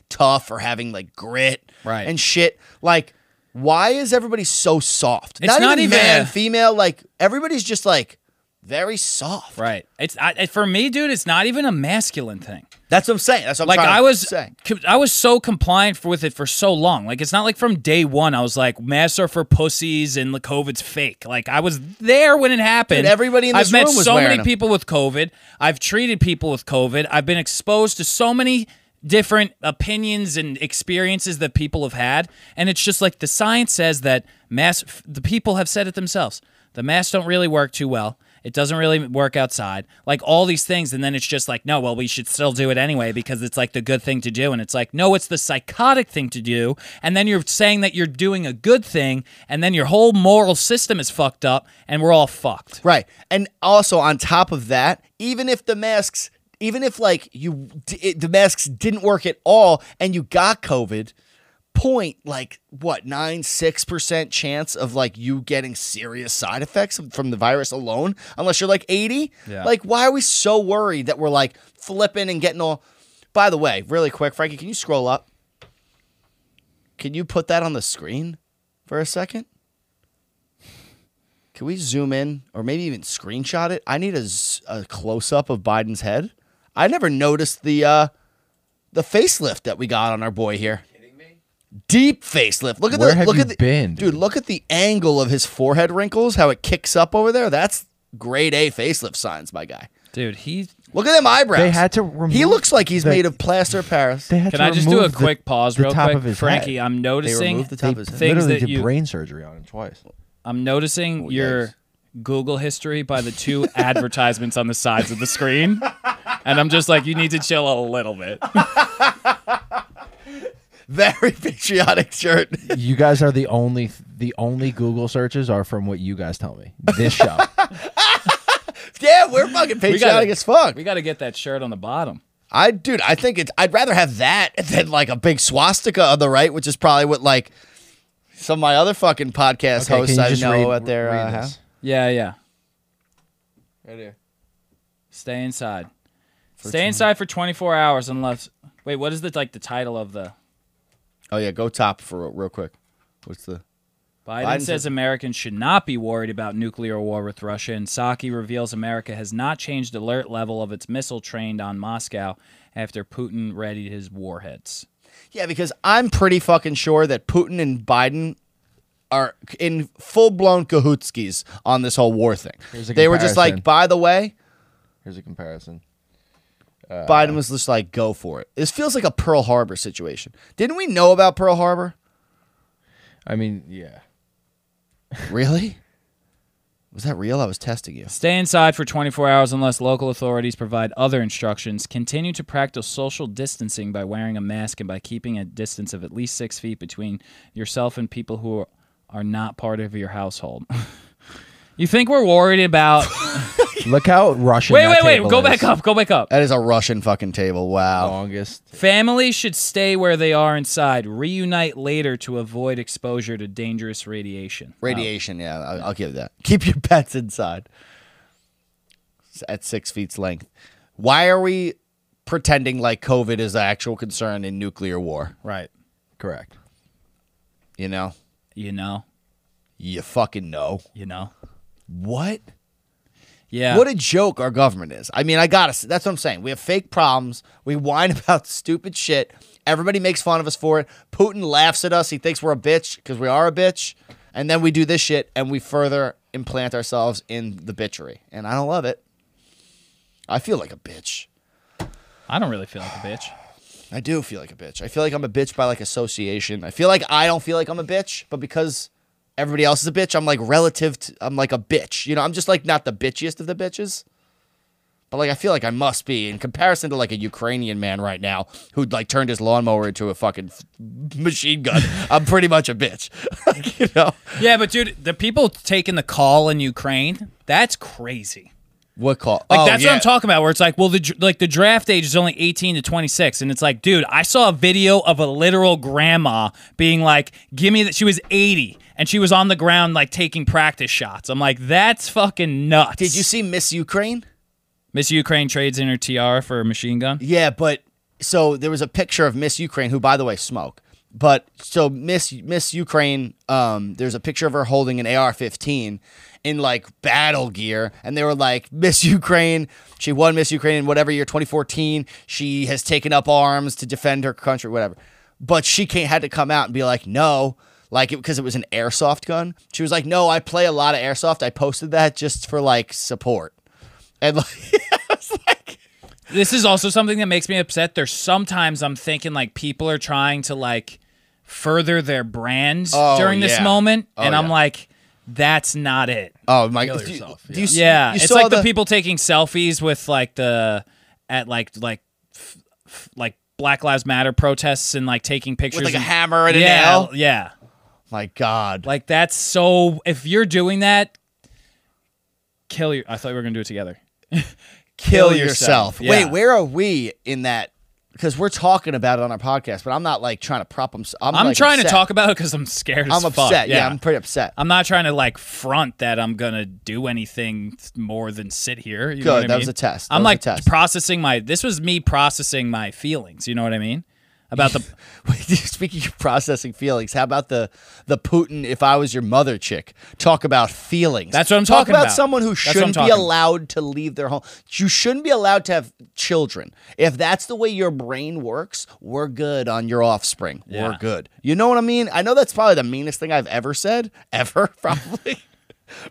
[SPEAKER 1] tough or having like grit
[SPEAKER 2] Right.
[SPEAKER 1] and shit. Like, why is everybody so soft?
[SPEAKER 2] It's not even
[SPEAKER 1] man,
[SPEAKER 2] a-
[SPEAKER 1] female. Like everybody's just like very soft.
[SPEAKER 2] right? It's I, it- for me, dude. It's not even a masculine thing.
[SPEAKER 1] That's what I'm saying. That's what I'm
[SPEAKER 2] like
[SPEAKER 1] trying
[SPEAKER 2] I
[SPEAKER 1] to
[SPEAKER 2] was,
[SPEAKER 1] say.
[SPEAKER 2] co- I was so compliant for, with it for so long. Like it's not like from day one I was like masks are for pussies and the COVID's fake. Like I was there when it happened.
[SPEAKER 1] Dude, everybody in this
[SPEAKER 2] I've met
[SPEAKER 1] room was
[SPEAKER 2] so
[SPEAKER 1] wearing
[SPEAKER 2] many
[SPEAKER 1] them.
[SPEAKER 2] people with COVID. I've treated people with COVID. I've been exposed to so many different opinions and experiences that people have had, and it's just like the science says that mass. f- The people have said it themselves. The masks don't really work too well. It doesn't really work outside, like all these things, and then it's just like, no, well, we should still do it anyway because it's like the good thing to do, and it's like, no, it's the psychotic thing to do, and then you're saying that you're doing a good thing, and then your whole moral system is fucked up, and we're all fucked.
[SPEAKER 1] Right. And also on top of that, even if the masks, even if like you, d- it, the masks didn't work at all and you got COVID, point like what, nine, six percent chance of like you getting serious side effects from the virus alone, unless you're like 80.
[SPEAKER 2] Yeah.
[SPEAKER 1] Like, why are we so worried that we're like flipping and getting all. By the way, really quick, Frankie, can you scroll up? Can you put that on the screen for a second? Can we zoom in or maybe even screenshot it? I need a, close up of Biden's head. I never noticed the uh, the facelift that we got on our boy here. Deep facelift. Look at
[SPEAKER 4] Where
[SPEAKER 1] the
[SPEAKER 4] have
[SPEAKER 1] look
[SPEAKER 4] you
[SPEAKER 1] at the
[SPEAKER 4] been,
[SPEAKER 1] dude.
[SPEAKER 4] dude?
[SPEAKER 1] Look at the angle of his forehead wrinkles. How it kicks up over there. That's grade A facelift signs, my guy.
[SPEAKER 2] Dude, he.
[SPEAKER 1] Look at them eyebrows.
[SPEAKER 4] They had to remove
[SPEAKER 1] He looks like he's
[SPEAKER 4] the-
[SPEAKER 1] made of plaster of Paris.
[SPEAKER 4] They had
[SPEAKER 2] Can
[SPEAKER 4] to
[SPEAKER 2] I just do
[SPEAKER 4] remove
[SPEAKER 2] a
[SPEAKER 4] the-
[SPEAKER 2] quick pause,
[SPEAKER 4] the
[SPEAKER 2] real
[SPEAKER 4] top
[SPEAKER 2] quick,
[SPEAKER 4] of his
[SPEAKER 2] Frankie?
[SPEAKER 4] head.
[SPEAKER 2] I'm
[SPEAKER 1] They
[SPEAKER 2] noticing.
[SPEAKER 1] removed the top of his head.
[SPEAKER 2] things
[SPEAKER 4] Literally
[SPEAKER 2] that
[SPEAKER 4] did
[SPEAKER 2] you-
[SPEAKER 4] brain surgery on him twice.
[SPEAKER 2] I'm noticing your
[SPEAKER 1] Oh, yikes.
[SPEAKER 2] Google history by the two advertisements on the sides of the screen, and I'm just like, you need to chill a little bit.
[SPEAKER 1] Very patriotic shirt.
[SPEAKER 4] you guys are the only the only Google searches are from what you guys tell me. This show.
[SPEAKER 1] yeah, we're fucking patriotic
[SPEAKER 2] gotta-
[SPEAKER 1] as fuck.
[SPEAKER 2] We got to get that shirt on the bottom.
[SPEAKER 1] I dude, I think it's I'd rather have that than like a big swastika on the right, which is probably what like some of my other fucking podcast
[SPEAKER 4] Okay,
[SPEAKER 1] hosts
[SPEAKER 4] can you
[SPEAKER 1] I
[SPEAKER 4] just
[SPEAKER 1] know
[SPEAKER 4] read-
[SPEAKER 1] out there
[SPEAKER 4] read
[SPEAKER 1] uh, have.
[SPEAKER 4] this?
[SPEAKER 2] Yeah, yeah.
[SPEAKER 1] Right here.
[SPEAKER 2] Stay inside. Stay inside for 24 hours unless. Wait, what is the like the title of the?
[SPEAKER 1] Oh yeah, go top for real quick. What's the
[SPEAKER 2] Biden,
[SPEAKER 1] Biden
[SPEAKER 2] says
[SPEAKER 1] said-
[SPEAKER 2] Americans should not be worried about nuclear war with Russia, and Saki reveals America has not changed alert level of its missile trained on Moscow after Putin readied his warheads.
[SPEAKER 1] Yeah, because I'm pretty fucking sure that Putin and Biden are in full blown cahootskis on this whole war thing.
[SPEAKER 4] Here's a
[SPEAKER 1] They were just like,
[SPEAKER 4] comparison.
[SPEAKER 1] by the way,
[SPEAKER 4] Here's a comparison.
[SPEAKER 1] Biden was just like, go for it. This feels like a Pearl Harbor situation. Didn't we know about Pearl Harbor?
[SPEAKER 4] I mean, yeah.
[SPEAKER 1] Really? Was that real? I was testing you.
[SPEAKER 2] Stay inside for 24 hours unless local authorities provide other instructions. Continue to practice social distancing by wearing a mask and by keeping a distance of at least six feet between yourself and people who are, are not part of your household. you think we're worried about.
[SPEAKER 4] Look how Russian.
[SPEAKER 2] wait, wait,
[SPEAKER 4] that
[SPEAKER 2] wait.
[SPEAKER 4] table
[SPEAKER 2] Go
[SPEAKER 4] is.
[SPEAKER 2] back up. Go back up.
[SPEAKER 1] That is a Russian fucking table.
[SPEAKER 4] Oh.
[SPEAKER 1] Wow.
[SPEAKER 4] Longest.
[SPEAKER 2] Families should stay where they are inside. Reunite later to avoid exposure to dangerous radiation.
[SPEAKER 1] Radiation. Yeah, I'll, I'll give that. Keep your pets inside S- at six feet's length. Why are we pretending like COVID is the actual concern in nuclear war?
[SPEAKER 2] Right.
[SPEAKER 4] Correct.
[SPEAKER 1] You know,
[SPEAKER 2] You know.
[SPEAKER 1] you fucking know
[SPEAKER 2] You know.
[SPEAKER 1] what?
[SPEAKER 2] Yeah.
[SPEAKER 1] What a joke our government is. I mean, I gotta. s- That's what I'm saying. We have fake problems. We whine about stupid shit. Everybody makes fun of us for it. Putin laughs at us. He thinks we're a bitch because we are a bitch. And then we do this shit and we further implant ourselves in the bitchery. And I don't love it. I feel like a bitch.
[SPEAKER 2] I don't really feel like a bitch.
[SPEAKER 1] I do feel like a bitch. I feel like I'm a bitch by like association. I feel like I don't feel like I'm a bitch, but because everybody else is a bitch, I'm like relative to, I'm like a bitch. You know, I'm just like not the bitchiest of the bitches. But like I feel like I must be in comparison to like a Ukrainian man right now who'd like turned his lawnmower into a fucking f- machine gun. I'm pretty much a bitch. you know.
[SPEAKER 2] Yeah, but dude, the people taking the call in Ukraine, that's crazy.
[SPEAKER 1] What call?
[SPEAKER 2] Like
[SPEAKER 1] Oh,
[SPEAKER 2] that's
[SPEAKER 1] yeah.
[SPEAKER 2] what I'm talking about where it's like, well the dr- like the draft age is only 18 to 26 and it's like, dude, I saw a video of a literal grandma being like, "Give me that she was 80 and she was on the ground like taking practice shots." I'm like, that's fucking nuts.
[SPEAKER 1] Did you see Miss Ukraine?
[SPEAKER 2] Miss Ukraine trades in her tiara for a machine gun?
[SPEAKER 1] Yeah, but so there was a picture of Miss Ukraine, who by the way smoke. But so Miss Miss Ukraine, um, there's a picture of her holding an AR-15 in like battle gear, and they were like Miss Ukraine. She won Miss Ukraine in whatever year 2014. She has taken up arms to defend her country, whatever. But she can't had to come out and be like, no, like because it, was an airsoft gun. She was like, no, I play a lot of airsoft. I posted that just for like support, and like, I was like
[SPEAKER 2] this is also something that makes me upset. There's sometimes I'm thinking like people are trying to like further their brands
[SPEAKER 1] Oh,
[SPEAKER 2] during this
[SPEAKER 1] yeah.
[SPEAKER 2] moment,
[SPEAKER 1] Oh,
[SPEAKER 2] and I'm
[SPEAKER 1] yeah.
[SPEAKER 2] like, that's not it.
[SPEAKER 1] Oh my god!
[SPEAKER 4] yourself,
[SPEAKER 1] Do you, s-
[SPEAKER 2] Yeah,
[SPEAKER 1] you
[SPEAKER 2] it's
[SPEAKER 1] saw
[SPEAKER 2] like the, people taking selfies with like the at like like f- f- like Black Lives Matter protests and like taking pictures
[SPEAKER 1] like, a
[SPEAKER 2] and-
[SPEAKER 1] hammer and a
[SPEAKER 2] yeah,
[SPEAKER 1] nail?
[SPEAKER 2] Yeah,
[SPEAKER 1] My god!
[SPEAKER 2] like that's so. If you're doing that, kill your. I thought we were gonna do it together.
[SPEAKER 1] kill,
[SPEAKER 2] kill
[SPEAKER 1] yourself.
[SPEAKER 2] yourself.
[SPEAKER 1] Wait,
[SPEAKER 2] Yeah.
[SPEAKER 1] where are we in that? Because we're talking about it on our podcast, but I'm not like trying to prop them. I'm,
[SPEAKER 2] I'm
[SPEAKER 1] like,
[SPEAKER 2] trying
[SPEAKER 1] upset.
[SPEAKER 2] to talk about it because I'm scared.
[SPEAKER 1] I'm
[SPEAKER 2] as fuck.
[SPEAKER 1] upset. Yeah. I'm pretty upset.
[SPEAKER 2] I'm not trying to like front that I'm gonna do anything more than sit here. You
[SPEAKER 1] Good,
[SPEAKER 2] Know what I
[SPEAKER 1] that was
[SPEAKER 2] mean?
[SPEAKER 1] a test. That
[SPEAKER 2] I'm
[SPEAKER 1] was a
[SPEAKER 2] like
[SPEAKER 1] test.
[SPEAKER 2] processing my. This was me processing my feelings. You know what I mean? About the
[SPEAKER 1] Speaking of processing feelings, how about the the Putin? If I was your mother, chick, talk about feelings.
[SPEAKER 2] That's what I'm
[SPEAKER 1] Talk
[SPEAKER 2] talking about.
[SPEAKER 1] Someone who
[SPEAKER 2] That's what I'm
[SPEAKER 1] shouldn't be
[SPEAKER 2] talking-
[SPEAKER 1] allowed to leave their home. You shouldn't be allowed to have children. If that's the way your brain works, we're good on your offspring. We're
[SPEAKER 2] Yeah.
[SPEAKER 1] good. You know what I mean? I know that's probably the meanest thing I've ever said, ever probably.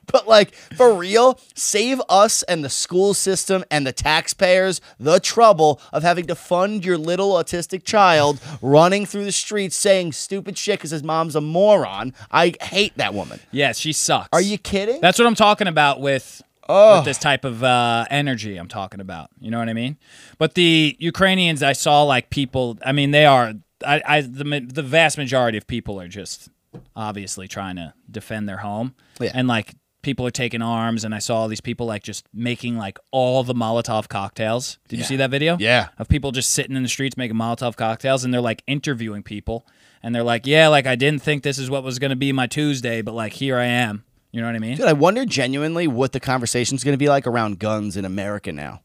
[SPEAKER 1] But like for real, save us and the school system and the taxpayers the trouble of having to fund your little autistic child running through the streets saying stupid shit because his mom's a moron. I hate that woman.
[SPEAKER 2] yes, she sucks.
[SPEAKER 1] Are you kidding?
[SPEAKER 2] That's what I'm talking about with,
[SPEAKER 1] Oh.
[SPEAKER 2] with this type of uh, energy I'm talking about. You know what I mean? But the Ukrainians, I saw like people. I mean, they are. I, I the ma- the vast majority of people are just obviously trying to defend their home,
[SPEAKER 1] Yeah.
[SPEAKER 2] and like people are taking arms. And I saw all these people like just making like all the Molotov cocktails. Did you see that video?
[SPEAKER 1] Yeah.
[SPEAKER 2] of people just sitting in the streets making Molotov cocktails, and they're like interviewing people, and they're like, "Yeah, like I didn't think this is what was gonna be my Tuesday, but like here I am." You know what I mean?
[SPEAKER 1] Dude, I wonder genuinely what the conversation's going to be like around guns in America now.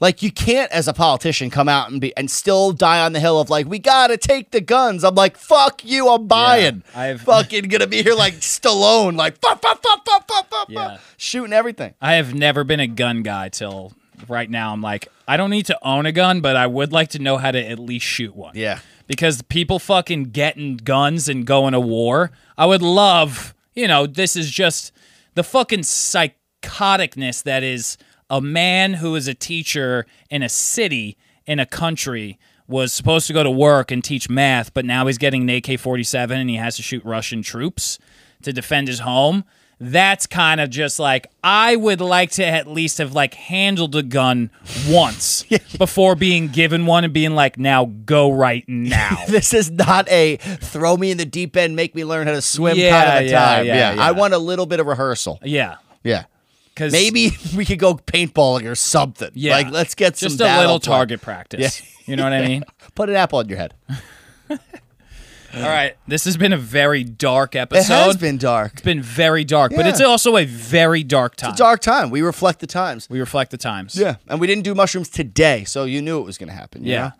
[SPEAKER 1] Like you can't as a politician come out and be and still die on the hill of like we gotta take the guns. I'm like fuck you, I'm buying.
[SPEAKER 2] I've-
[SPEAKER 1] fucking gonna be here like Stallone, like fuck, fuck, fuck, fuck, fuck, fuck,
[SPEAKER 2] Yeah.
[SPEAKER 1] shooting everything.
[SPEAKER 2] I have never been a gun guy till right now. I'm like, I don't need to own a gun, but I would like to know how to at least shoot one.
[SPEAKER 1] Yeah.
[SPEAKER 2] Because people fucking getting guns and going to war. I would love, you know, this is just the fucking psychoticness that is a man who is a teacher in a city in a country was supposed to go to work and teach math, but now he's getting an AK 47 and he has to shoot Russian troops to defend his home. that's kind of just like I would like to at least have like handled a gun once before being given one and being like, now go right now.
[SPEAKER 1] This is not a throw me in the deep end, make me learn how to swim
[SPEAKER 2] Yeah,
[SPEAKER 1] kind of a
[SPEAKER 2] yeah,
[SPEAKER 1] time.
[SPEAKER 2] yeah, yeah.
[SPEAKER 1] I want a little bit of rehearsal.
[SPEAKER 2] yeah,
[SPEAKER 1] Yeah.
[SPEAKER 2] because
[SPEAKER 1] Maybe we could go paintballing or something.
[SPEAKER 2] yeah,
[SPEAKER 1] Like, let's get some
[SPEAKER 2] just a little
[SPEAKER 1] battle plan.
[SPEAKER 2] target practice. You know what I mean?
[SPEAKER 1] Put an apple on your head.
[SPEAKER 2] All right, this has been a very dark episode.
[SPEAKER 1] It has been dark.
[SPEAKER 2] It's been very dark, but it's
[SPEAKER 1] Yeah.
[SPEAKER 2] also a very dark time.
[SPEAKER 1] Dark time. We reflect the times.
[SPEAKER 2] We reflect the times.
[SPEAKER 1] Yeah. And we didn't do mushrooms today, so you knew it was going to happen. you
[SPEAKER 2] Yeah.
[SPEAKER 1] know?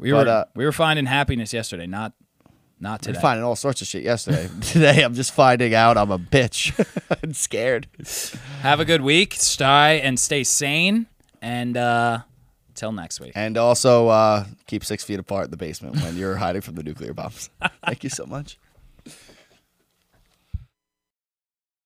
[SPEAKER 2] We
[SPEAKER 1] But,
[SPEAKER 2] were
[SPEAKER 1] uh,
[SPEAKER 2] we were finding happiness yesterday, not not today.
[SPEAKER 1] We're finding all sorts of shit yesterday. today, I'm just finding out I'm a bitch. I'm scared.
[SPEAKER 2] Have a good week, stay and stay sane, and uh till next week.
[SPEAKER 1] And also, uh, keep six feet apart in the basement when you're hiding from the nuclear bombs. Thank you so much.